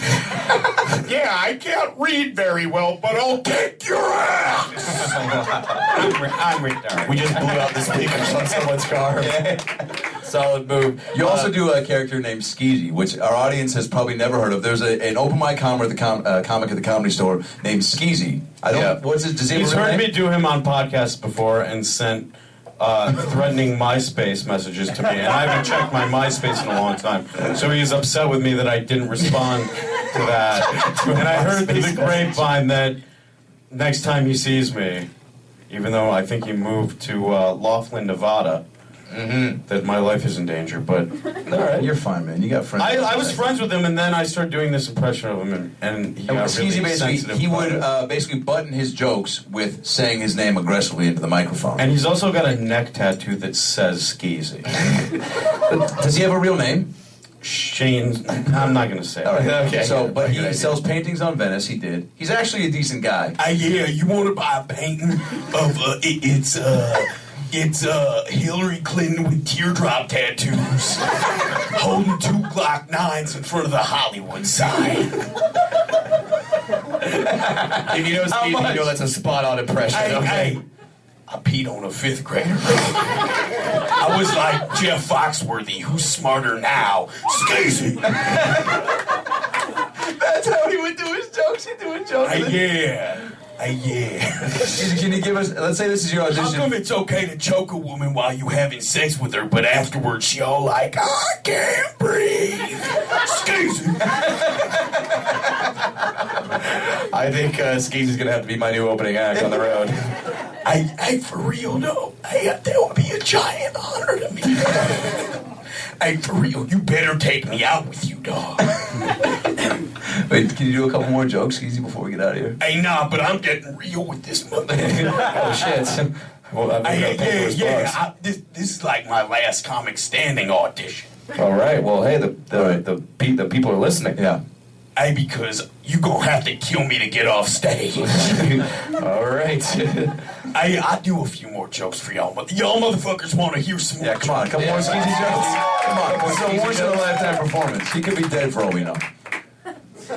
yeah, I can't read very well, but I'll kick your ass. I'm, re- I'm retarded.
We just blew out the speakers on someone's car. Solid move.
You also do a character named Skeezy, which our audience has probably never heard of. There's a, an open mic comic at the com- uh, comic at the comedy store named Skeezy. I don't. What's his? Does he have
He's
a real
heard
name?
me do him on podcasts before and sent uh, threatening MySpace messages to me, and I haven't checked my MySpace in a long time. So he's upset with me that I didn't respond to that. And I heard through the grapevine that next time he sees me, even though I think he moved to uh, Laughlin, Nevada, that my life is in danger. But
All right, you're fine, man. You got friends.
I, I was friends with him, and then I started doing this impression of him, and, and he
And
got
with
really
Skeezy
sensitive.
basically, he
about
would
it.
uh, basically button his jokes with saying his name aggressively into the microphone.
and he's also got a neck tattoo that says Skeezy.
Does he have a real name?
Shane. I'm not gonna say. it.
All right.
Okay.
So, but he sells paintings on Venice. He did. He's actually a decent guy.
I Uh, yeah, you want to buy a painting of uh, it, it's uh, it's uh, Hillary Clinton with teardrop tattoos, holding two Glock nines in front of the Hollywood sign.
If you know
How
Steve, you
much?
know that's a spot on impression.
Hey,
okay?
hey, I peed on a fifth grader. I was like Jeff Foxworthy, who's smarter now? Skeezy.
That's how he would do his jokes. He'd do a joke.
I yeah. I yeah.
Can you give us? Let's say this is your audition.
How come it's okay to choke a woman while you having sex with her, but afterwards she all like, I can't breathe. Excuse me.
I think uh, Skeezy's gonna have to be my new opening act on the road.
I, I for real no. I, that would be a giant honor to me. I for real, you better take me out with you, dog.
Wait, can you do a couple more jokes, easy, before we get out of here?
Hey, nah, but I'm getting real with this mother.
Oh, shit.
Well,
I've been
Hey, yeah,
paying for his
yeah.
bars.
I, this, this is like my last comic standing audition.
All right. Well, hey, the the the, pe- the people are listening.
Yeah.
Hey, because you gonna have to kill me to get off stage.
All right.
I I do a few more jokes for y'all, but y'all motherfuckers want to hear some more. Yeah,
come on, come on, Skeezy jokes. Come on, it's a once in a lifetime performance. He could be dead for all we know.
I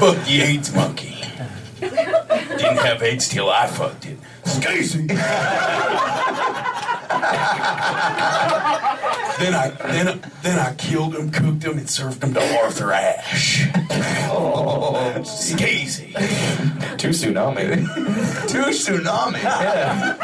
fucked the AIDS monkey. Didn't have AIDS till I fucked it. Skeezy. then I then I- then I killed him, cooked him, and served him to Arthur Ashe.
Oh,
Skeezy.
Two tsunami.
Two tsunami.
Yeah.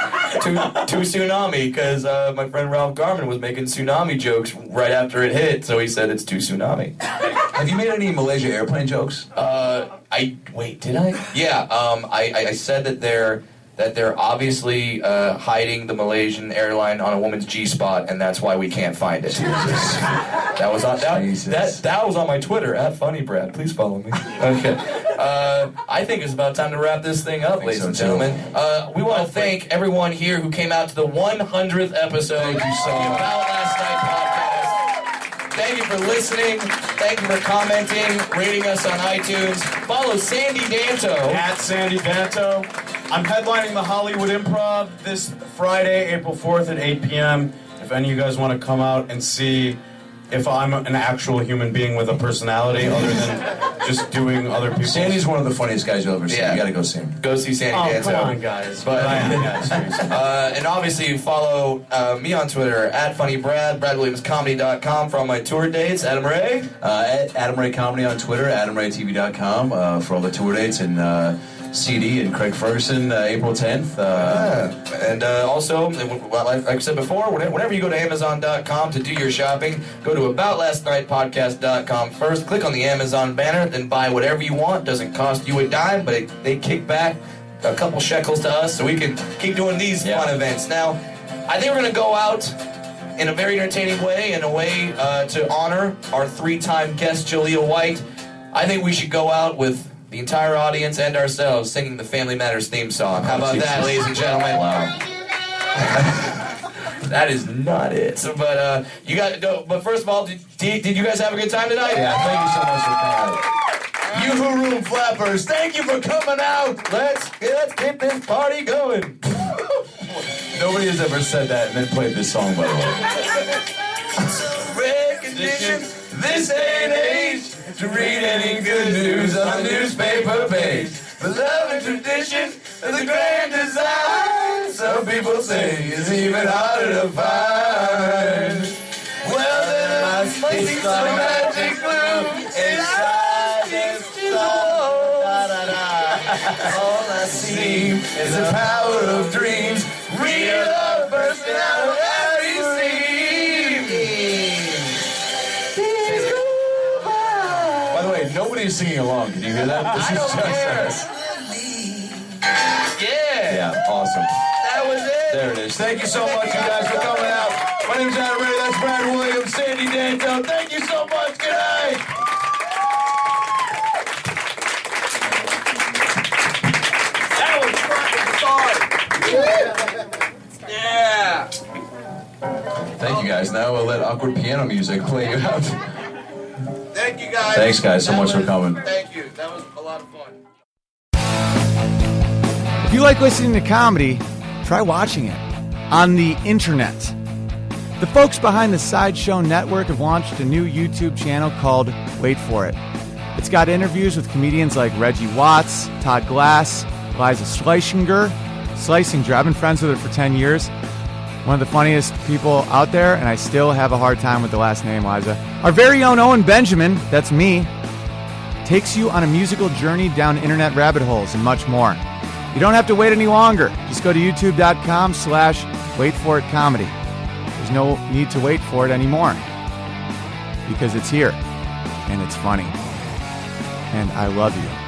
Two, two tsunami because uh, my friend Ralph Garman was making tsunami jokes right after it hit, so he said it's two tsunami.
Have you made any Malaysia airplane jokes?
Uh, I wait. Did I? Yeah. Um, I, I, I said that they're that they're obviously uh, hiding the Malaysian airline on a woman's G spot, and that's why we can't find it. That was on that, that that was on my Twitter at Funny Brad. Please follow me. Okay. Uh, I think it's about time to wrap this thing up, ladies and gentlemen. Uh, we want to thank everyone here who came out to the 100th episode. Thank you so much. Last Night podcast. Thank you for listening. Thank you for commenting, rating us on iTunes. Follow Sandy Danto.
At Sandy Danto. I'm headlining the Hollywood Improv this Friday, April 4th at 8 p.m. If any of you guys want to come out and see if I'm an actual human being with a personality other than just doing other people.
Sandy's one of the funniest guys you'll ever see.
Yeah.
You gotta go see him.
Go see Sandy
Oh,
Danto.
come on, guys.
But,
I am,
uh, and obviously, follow uh, me on Twitter at FunnyBrad, BradWilliamsComedy.com for all my tour dates. Adam Ray.
Uh, at Adam Ray Comedy on Twitter, AdamRayTV.com uh, for all the tour dates and uh, CD and Craig Ferguson, uh, April 10th. Uh,
And uh, also, like like I said before, whenever whenever you go to Amazon.com to do your shopping, go to AboutLastNightPodcast.com first. Click on the Amazon banner, then buy whatever you want. Doesn't cost you a dime, but it, they kick back a couple shekels to us so we can keep doing these fun events. Now, I think we're going to go out in a very entertaining way, in a way uh, to honor our three-time guest, Jaleel White. I think we should go out with the entire audience and ourselves singing the Family Matters theme song. How about that, ladies and gentlemen? That is not it. So, but uh, you got. No, but first of all, did, did, did you guys have a good time tonight?
Yeah, thank you so much for coming.
You who room flappers, thank you for coming out. Let's let's get this party going.
Nobody has ever said that and then played this song, by the way.
Recognition. This day and age to read any good news on the newspaper page.
The love and tradition of the grand design, some people say, is even harder to find. Well, there must be some magic glue inside this soul. All I see is the power of dreams, real love bursting out of every seam.
By the way, nobody's singing along. Can you hear that? This is just us.
Yeah. awesome.
That was it.
There it is. Thank you so much, you guys, for coming out. My name's Adam Ray. That's Brad Williams, Sandy Danto. Thank you so much. Good night.
Yeah.
Thank you guys. Now we'll let awkward piano music play you out.
Thank you guys.
Thanks, guys, so
That
much for
was-
coming.
Thank you. That was a lot of fun.
If you like listening to comedy, try watching it on the internet. The folks behind the Sideshow Network have launched a new YouTube channel called Wait For It. It's got interviews with comedians like Reggie Watts, Todd Glass, Liza Schleichinger, Schlesinger. I've been friends with her for 10 years. One of the funniest people out there, and I still have a hard time with the last name, Liza. Our very own Owen Benjamin, that's me, takes you on a musical journey down internet rabbit holes and much more. You don't have to wait any longer. Just go to youtube.com slash wait for it comedy. There's no need to wait for it anymore because it's here and it's funny. And I love you.